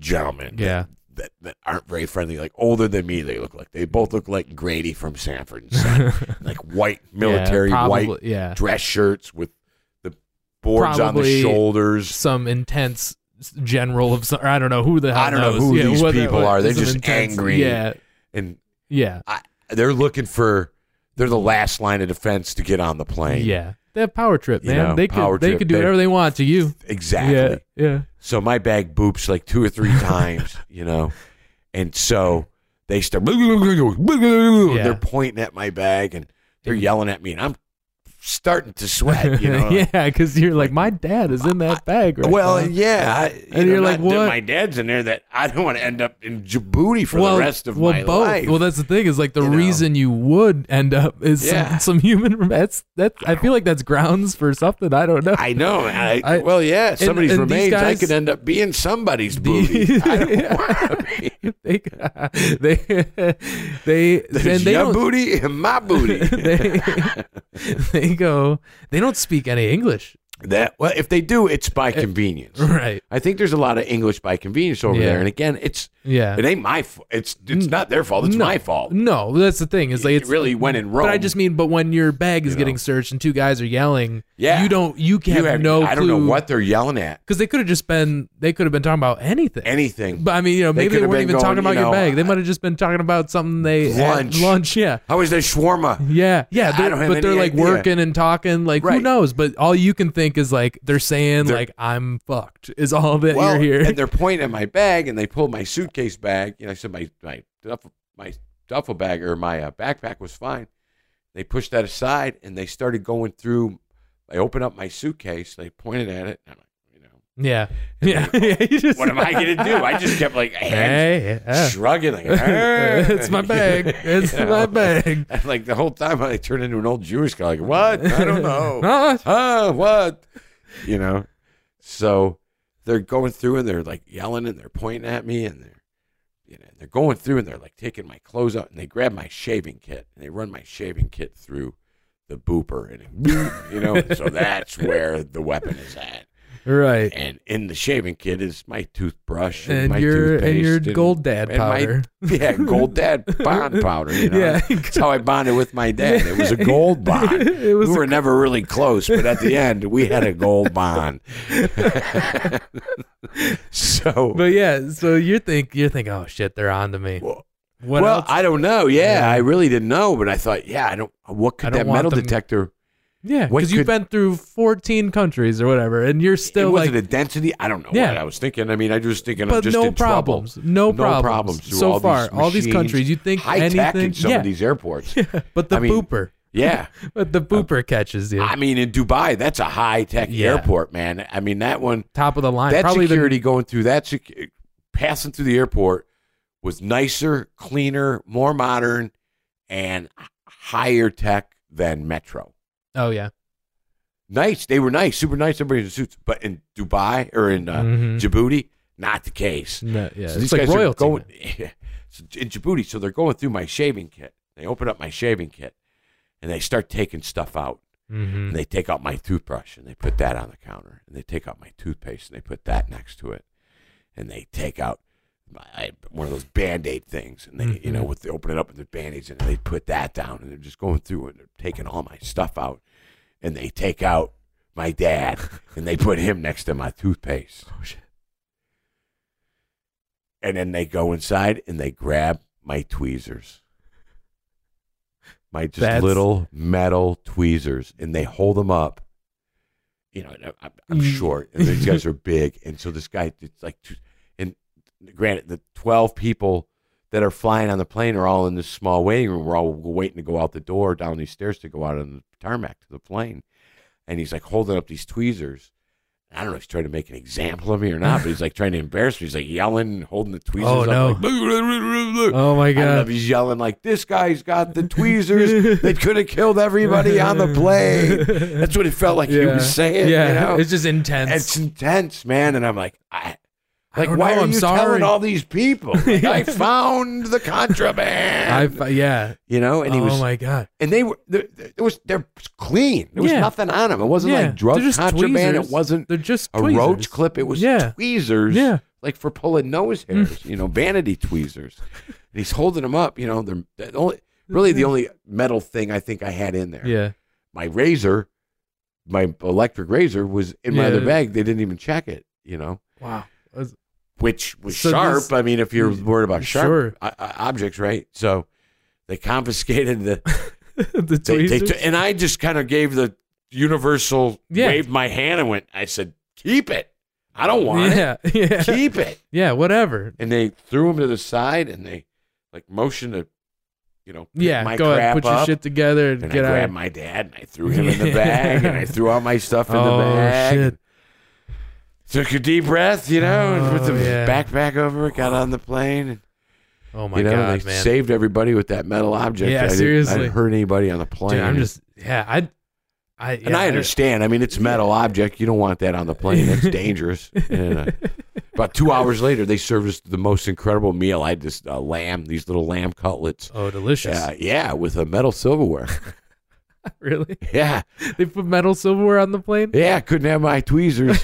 B: gentlemen. that-
A: Yeah.
B: That, that aren't very friendly, like older than me. They look like they both look like Grady from Sanford and Son, like white military,
A: yeah, probably,
B: white
A: Yeah.
B: dress shirts with the boards on the
A: Probably
B: shoulders.
A: Some intense s- general of some. Or I don't know who the. Hell
B: I don't know
A: knows.
B: who
A: yeah,
B: these
A: whether-
B: people are. They're
A: some
B: just
A: intense-
B: angry.
A: Yeah.
B: And
A: Yeah.
B: they're looking for they're the last line of defense to get on the plane.
A: Yeah. They have power trip,
B: You
A: man.
B: know,
A: they could.
B: power
A: they
B: trip.
A: could do
B: They-
A: whatever they want to you.
B: Exactly.
A: Yeah. Yeah.
B: So my bag boops like two or three times, you know, and so they start. They're pointing at my bag and they're
A: Mm.
B: yelling at me, and I'm starting to sweat. Uh, You know,
A: yeah, because you're like, my dad is in that bag right
B: well,
A: now."
B: yeah, I,
A: And
B: you
A: you're
B: know,
A: like,
B: not that
A: what?
B: My dad's in there. That I don't want to end up in Djibouti for the rest of
A: well,
B: my
A: both.
B: life.
A: Well, that's the thing is like the
B: you know?
A: reason you would end up is some,
B: Yeah.
A: some human. That's that. I feel like that's grounds for something. I don't know.
B: I know. I,
A: I-
B: well, yeah, somebody's
A: and these
B: remains. I
A: guys-
B: could end up being somebody's booty. I don't want to be.
A: they they they and
B: There's
A: they
B: your
A: don't,
B: booty and my booty.
A: they, they go. They don't speak any English,
B: That well, if they do, it's by
A: Eh,
B: convenience.
A: right?
B: I think there's a lot of English by convenience over
A: Yeah.
B: there, and again, it's
A: Yeah.
B: it ain't my fault. It's it's not their fault. It's
A: no,
B: my fault.
A: No, that's the thing. Is like
B: It
A: it's
B: really went in Rome.
A: But I just mean, but when your bag is
B: You
A: getting
B: know.
A: searched and two guys are yelling,
B: Yeah.
A: you don't, you
B: You
A: have,
B: have-
A: no.
B: I don't know
A: clue.
B: what they're yelling at.
A: because they could have just been they could have been talking about anything.
B: Anything.
A: but I mean, you know,
B: They
A: maybe
B: could
A: they,
B: have
A: weren't even
B: been
A: talking
B: going,
A: about
B: you
A: your
B: know,
A: bag. They might have just been talking about something they had-
B: Lunch.
A: lunch, yeah,
B: How is their shawarma?
A: yeah, yeah.
B: I
A: They're,
B: don't have
A: but they're
B: any
A: like
B: idea.
A: working and talking, like who
B: Right.
A: knows? But all you can think is like they're saying
B: They're-
A: like I'm fucked is all that
B: Well,
A: you're here.
B: and they're pointing at my bag, and they pulled my suitcase bag. You know, I said my my duffel my duffel bag or my uh, backpack was fine. They pushed that aside, and they started going through. I opened up my suitcase. They pointed at it. And I'm like, you know,
A: Yeah, yeah. You just-
B: what am I gonna do? I just kept like hands
A: Hey, yeah.
B: shrugging. Like,
A: it's my bag. It's
B: You know?
A: my bag.
B: And, like the whole time, I turned into an old Jewish guy. Like, what? I don't know.
A: Huh?
B: huh? What? You know. So they're going through and they're like yelling and they're pointing at me and they're, you know, they're going through and they're like taking my clothes out and they grab my shaving kit and they run my shaving kit through the booper and it, you know. So that's where the weapon is at.
A: right.
B: And in the shaving kit is my toothbrush and,
A: And
B: my
A: your
B: toothpaste
A: and your gold dad
B: and my-
A: powder.
B: yeah, gold dad bond powder. You know?
A: Yeah.
B: That's how I bonded with my dad. It was a gold bond.
A: It was
B: we were never really close, but at the end, we had a gold bond. so,
A: But yeah, so you think you think, oh shit, they're on to me.
B: well,
A: What
B: well,
A: else?
B: I don't know. Yeah,
A: Yeah.
B: I really didn't know, but I thought, yeah, I don't. What
A: I
B: could
A: don't
B: that
A: want
B: metal
A: them-
B: detector?
A: yeah,
B: what
A: because you've
B: could-
A: been through 14 countries or whatever, and you're still
B: it was
A: like,
B: it a density? I don't know
A: Yeah.
B: what I was thinking. I mean, I was thinking, I'm
A: but
B: just
A: no
B: in trouble.
A: problems, no
B: No
A: problems,
B: problems. through
A: so
B: all
A: far.
B: these
A: all these
B: machines,
A: countries, you think
B: high tech
A: anything?
B: in some
A: yeah,
B: of these airports.
A: but the
B: I mean,
A: booper,
B: Yeah.
A: But the booper catches you.
B: I mean, in Dubai, that's a high tech
A: Yeah.
B: airport, man. I mean, that one,
A: Top of the line.
B: that
A: Probably
B: security going through that, sec- passing through the airport was nicer, cleaner, more modern, and h- higher tech than Metro.
A: the. Oh, yeah.
B: Nice. They were nice, super nice. Everybody in suits. But in Dubai or in uh,
A: Mhm.
B: Djibouti, not the case.
A: No, yeah.
B: So
A: it's like royalty.
B: Are going,
A: man.
B: So in Djibouti, so they're going through my shaving kit. They open up my shaving kit and they start taking stuff out.
A: Mhm.
B: And they take out my toothbrush and they put that on the counter. And they take out my toothpaste and they put that next to it. And they take out my, I- one of those band aid things. And they, you know, with they open it up and the band aids and they put that down. And they're just going through and they're taking all my stuff out. And they take out my dad and they put him next to my toothpaste. Oh, shit. And then they go inside and they grab my tweezers. My just
A: That's-
B: little metal tweezers and they hold them up. You know, and I- I'm, I'm
A: Mm.
B: short and these guys are big. And so this guy, it's like, two- and granted, the 12 people that are flying on the plane are all in this small waiting room. We're all waiting to go out the door down these stairs to go out on the tarmac to the plane. And he's like holding up these tweezers. I don't know if he's trying to make an example of me or not, but he's like trying to embarrass me. He's like yelling, and holding the tweezers
A: Oh,
B: up.
A: no.
B: Like,
A: Oh, my
B: I don't know if
A: God.
B: he's yelling like this guy's got the tweezers that could have killed everybody on the plane. That's what it felt like he was saying.
A: Yeah.
B: you know?
A: It's just intense.
B: It's intense, man. And I'm like, I,
A: I
B: like,
A: don't
B: why
A: know,
B: are
A: I'm
B: you
A: sorry.
B: telling all these people? Like, I found the
A: I,
B: contraband.
A: yeah.
B: you know, and he
A: oh,
B: was,
A: my God.
B: and they were, there, there was, they're clean. There was
A: Yeah.
B: nothing on them. It wasn't
A: yeah.
B: like drug
A: They're just
B: contraband.
A: tweezers.
B: It wasn't
A: They're just
B: a
A: tweezers.
B: roach clip. It was
A: Yeah.
B: tweezers,
A: Yeah. Mm.
B: like for pulling nose hairs. you know, vanity tweezers. And he's holding them up. You know, they're the only, really the only metal thing I think I had in there
A: Yeah.
B: my razor, my electric razor was in my
A: Yeah.
B: other bag. They didn't even check it, you know,
A: Wow.
B: which was
A: So
B: sharp.
A: this-
B: I mean, if you're worried about sharp
A: Sure.
B: o- o- objects, right? So they confiscated the.
A: the
B: They,
A: tweezers.
B: they took- and I just kind of gave the universal
A: Yeah.
B: waved my hand and went. I said, "Keep it. I don't want
A: yeah. Yeah.
B: it. Keep it."
A: yeah. Whatever.
B: And they threw him to the side and they like motioned to, you know, pick
A: Yeah.
B: my
A: Go ahead.
B: crap
A: Put your
B: up.
A: shit together and
B: And
A: get
B: I
A: out.
B: grabbed my dad and I threw him in the bag and I threw all my stuff in the bag.
A: Oh, shit.
B: Took a deep breath, you know, and put
A: Oh,
B: the
A: yeah.
B: backpack over it, got on the plane. And,
A: Oh my
B: you know,
A: god,
B: they
A: man.
B: saved everybody with that metal object.
A: Yeah,
B: I didn't- I
A: seriously.
B: didn't hurt anybody on the plane.
A: Dude, I'm just yeah, I I
B: and I understand. I mean, it's a metal object. You don't want that on the plane. That's dangerous. And, uh, about two hours later, they serviced the most incredible meal. I just uh, lamb, these little lamb cutlets.
A: Oh, delicious.
B: Uh, yeah, with a metal silverware.
A: Really?
B: yeah.
A: They put metal silverware on the plane?
B: Yeah, I couldn't have my tweezers,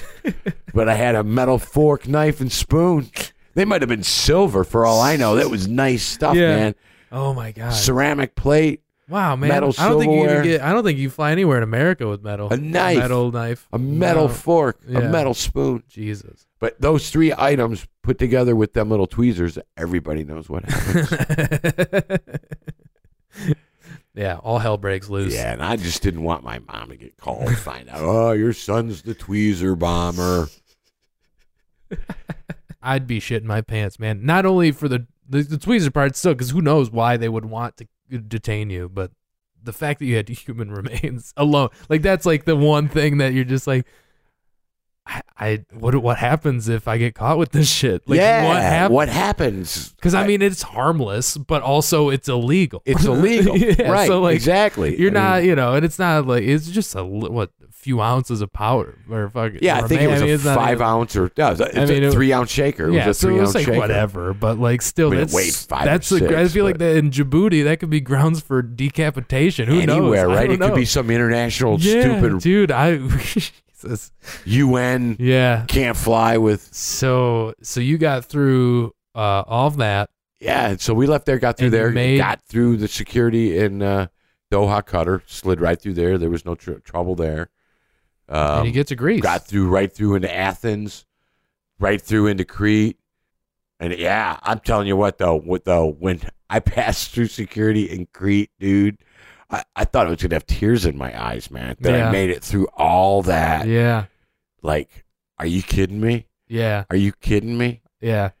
B: but I had a metal fork, knife, and spoon. They might have been silver for all I know. That was nice stuff,
A: Yeah.
B: man.
A: Oh my god.
B: Ceramic plate,
A: wow, man.
B: metal
A: I don't think you even
B: silverware.
A: get I don't think you fly anywhere in America with metal.
B: A knife.
A: Metal knife.
B: a metal
A: No.
B: fork,
A: Yeah.
B: a metal spoon.
A: Jesus.
B: But those three items put together with them little tweezers, everybody knows what happened.
A: yeah, all hell breaks loose.
B: yeah, and I just didn't want my mom to get called and find out, oh, your son's the tweezer bomber.
A: I'd be shitting my pants, man. Not only for the the, the tweezer part still, because who knows why they would want to detain you, but the fact that you had human remains alone, like that's like the one thing that you're just like, I, I what what happens if I get caught with this shit? Like
B: yeah,
A: what happens?
B: what happens?
A: Because I mean, it's harmless, but also it's illegal.
B: it's illegal.
A: Yeah,
B: right,
A: so, like,
B: exactly.
A: You're
B: I mean-
A: not, you know, and it's not like it's just a li- what a few ounces of powder or fucking.
B: Yeah, I think it
A: remain.
B: was
A: mean,
B: a
A: it's not
B: five
A: even-
B: ounce or no, it's a,
A: I
B: it's
A: mean,
B: a
A: it-
B: three ounce shaker. It
A: yeah,
B: was a
A: so
B: three
A: it
B: ounce
A: was like
B: shaker.
A: whatever, but like still,
B: I mean, it
A: that's
B: weighed five or
A: that's a- I
B: six,
A: feel like
B: but-
A: that in Djibouti that could be grounds for decapitation. Who
B: Anywhere,
A: knows? I
B: right?
A: don't
B: It could
A: know.
B: be some international
A: yeah,
B: stupid
A: dude. I Jesus.
B: UN
A: yeah.
B: can't fly with.
A: So so you got through uh, all of that.
B: Yeah, and so we left there, got through
A: And you
B: there,
A: made-
B: got through the security in uh, Doha, Qatar, slid right through there. There was no tr- trouble there.
A: and
B: Um,
A: you get to Greece.
B: got through right through into Athens, right through into Crete, and yeah, I'm telling you what though, what though, when I passed through security in Crete, dude, I, I thought I was gonna have tears in my eyes, man. That
A: Yeah.
B: I made it through all that.
A: yeah,
B: Like, are you kidding me?
A: yeah,
B: Are you kidding me?
A: yeah,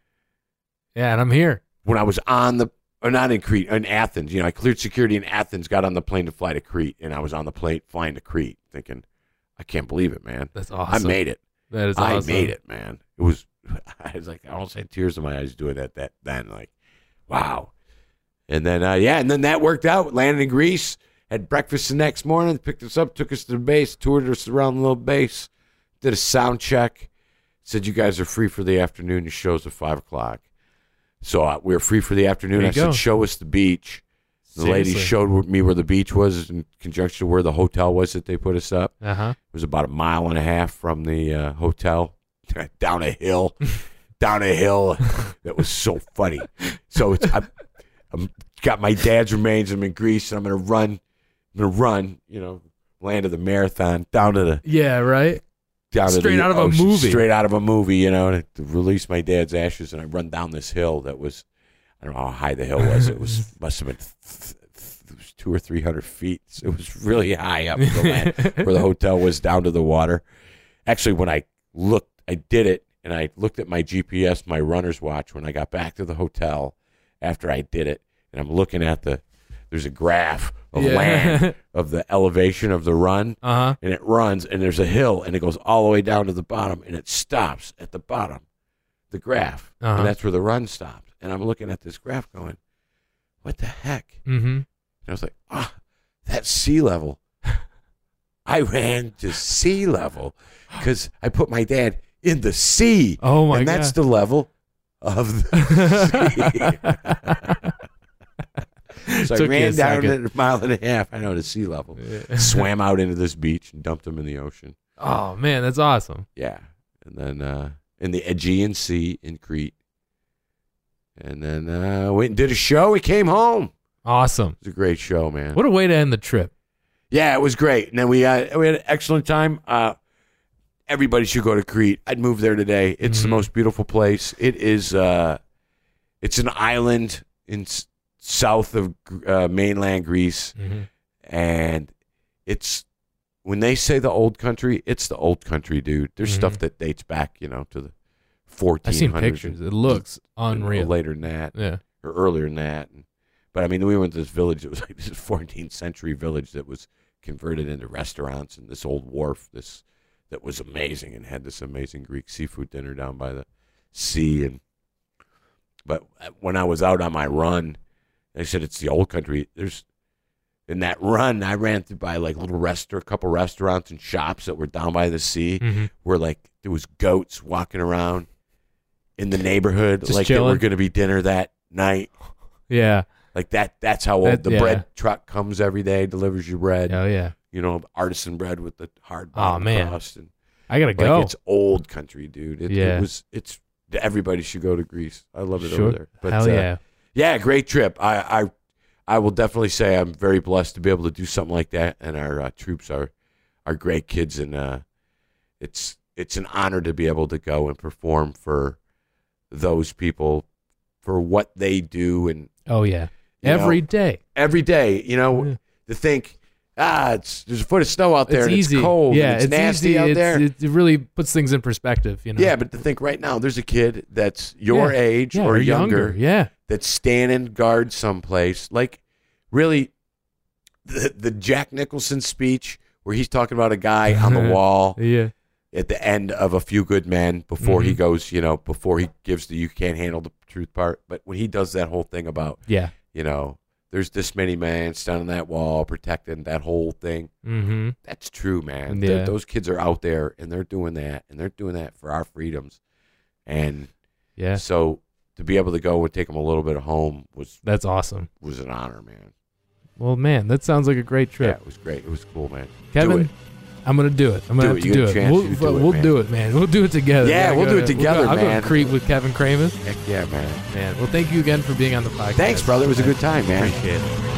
A: yeah. And I'm here.
B: When I was on the or not in Crete, in Athens. You know, I cleared security in Athens, got on the plane to fly to Crete, and I was on the plane flying to Crete, thinking, I can't believe it, man.
A: That's awesome.
B: I made it.
A: That is
B: I
A: awesome.
B: made it, man. It was. I was like, I almost had tears in my eyes doing that. That then, like, wow. And then, uh, yeah, and then that worked out. Landed in Greece, had breakfast the next morning. Picked us up, took us to the base, toured us around the little base, did a sound check. Said you guys are free for the afternoon. Your show's at five o'clock. So uh, we were free for the afternoon.
A: There you
B: I
A: go.
B: said, show us the beach. The lady
A: Seriously.
B: showed me where the beach was in conjunction to where the hotel was that they put us up.
A: Uh-huh.
B: It was about a mile and a half from the uh, hotel, down a hill, down a hill. That was so funny. So it's, I'm, I'm got my dad's remains. I'm in Greece, and I'm gonna run. I'm gonna run. You know, land of the marathon down to the
A: Yeah, right?
B: down to
A: Straight
B: the
A: out of a
B: ocean,
A: movie.
B: Straight out of a movie. You know, to release my dad's ashes, and I run down this hill that was. I don't know how high the hill was. It was must have been th- th- it was two or three hundred feet. It was really high up the land where the hotel was down to the water. Actually, when I looked, I did it, and I looked at my GPS, my runner's watch, when I got back to the hotel after I did it, and I'm looking at the there's a graph of
A: Yeah.
B: land of the elevation of the run,
A: Uh-huh.
B: and it runs, and there's a hill, and it goes all the way down to the bottom, and it stops at the bottom, the graph,
A: Uh-huh.
B: and that's where the run stopped. And I'm looking at this graph, going, "What the heck?"
A: Mm-hmm.
B: And I was like, ah, that's sea level. I ran to sea level because I put my dad in the sea.
A: Oh, my
B: And that's the level of the sea. so I
A: Took you a
B: ran down
A: second.
B: a mile and a half, I know, to sea level.
A: Yeah.
B: Swam out into this beach and dumped him in the ocean.
A: Oh, man, that's awesome.
B: Yeah. And then uh, in the Aegean Sea in Crete. And then uh, went and did a show. We came home.
A: Awesome.
B: It was a great show, man.
A: What a way to end the trip.
B: Yeah, it was great. And then we uh, we had an excellent time. Uh, everybody should go to Crete. I'd move there today. It's
A: Mhm.
B: the most beautiful place. It is. Uh, it's an island in s- south of Gr- uh, mainland Greece,
A: Mm-hmm.
B: and it's when they say the old country, it's the old country, dude. There's stuff that dates back, you know, to the 1400s.
A: Mm-hmm. I've seen pictures. It looks unreal.
B: Later than that
A: Yeah.
B: or earlier than that. And, but I mean, we went to this village. It was like this 14th century village that was converted into restaurants and this old wharf. This that was amazing and had this amazing Greek seafood dinner down by the sea. And but uh, when I was out on my run, they said it's the old country. There's in that run, I ran through by like little restaurant, a couple restaurants and shops that were down by the sea
A: Mm-hmm.
B: where like there was goats walking around in the neighborhood
A: Just
B: like they
A: chilling.
B: were going to be dinner that night
A: Yeah.
B: like that that's how old
A: That-
B: the
A: yeah.
B: bread truck comes every day delivers your bread
A: Oh, yeah.
B: you know artisan bread with the hard
A: Aw,
B: bottom
A: man.
B: crust and
A: I got to
B: like
A: go.
B: it's old country dude it, it
A: Yeah.
B: was it's everybody should go to greece i love it
A: Sure.
B: over there but
A: Hell
B: uh,
A: yeah.
B: yeah great trip i i i will definitely say i'm very blessed to be able to do something like that and our uh, troops are are great kids and uh it's it's an honor to be able to go and perform for those people for what they do and
A: Oh, yeah.
B: you know,
A: Every day.
B: every day, you know,
A: Yeah.
B: to think, ah, it's, there's a foot of snow out there
A: It's
B: and
A: easy.
B: it's cold
A: Yeah.
B: and it's, nasty
A: easy.
B: out
A: It's-
B: there.
A: It, it really puts things in perspective, you know?
B: yeah, but to think right now, there's a kid that's your
A: Yeah.
B: age
A: Yeah,
B: or younger,
A: Yeah.
B: that's standing guard someplace. Like, really, the, the Jack Nicholson speech where he's talking about a guy on the wall
A: Yeah.
B: at the end of A Few Good Men before he
A: Mhm.
B: goes, you know, before he gives the you can't handle the truth part. But when he does that whole thing about,
A: Yeah.
B: you know, there's this many men standing on that wall protecting that whole thing.
A: Mm-hmm.
B: That's true, man. Th-
A: Yeah.
B: Those kids are out there and they're doing that and they're doing that for our freedoms. And
A: Yeah.
B: so to be able to go and take them a little bit home was
A: That's awesome.
B: was an honor, man.
A: Well, man, that sounds like a great
B: Yeah,
A: trip.
B: it was great. It was cool, man.
A: Kevin,
B: do it.
A: I'm gonna do it. I'm
B: Do
A: gonna
B: it.
A: have
B: You
A: to do
B: get a
A: it.
B: chance,
A: we'll
B: you do
A: but
B: it,
A: we'll
B: man.
A: do it, man. We'll do it together.
B: Yeah,
A: Gotta
B: we'll
A: go
B: do it
A: to-
B: together,
A: we'll go, I'll go
B: man.
A: to Crete with Kevin Kramer.
B: Heck yeah, man.
A: Man, well, thank you again for being on the podcast.
B: Thanks, brother. It was a good time, man.
A: Appreciate it.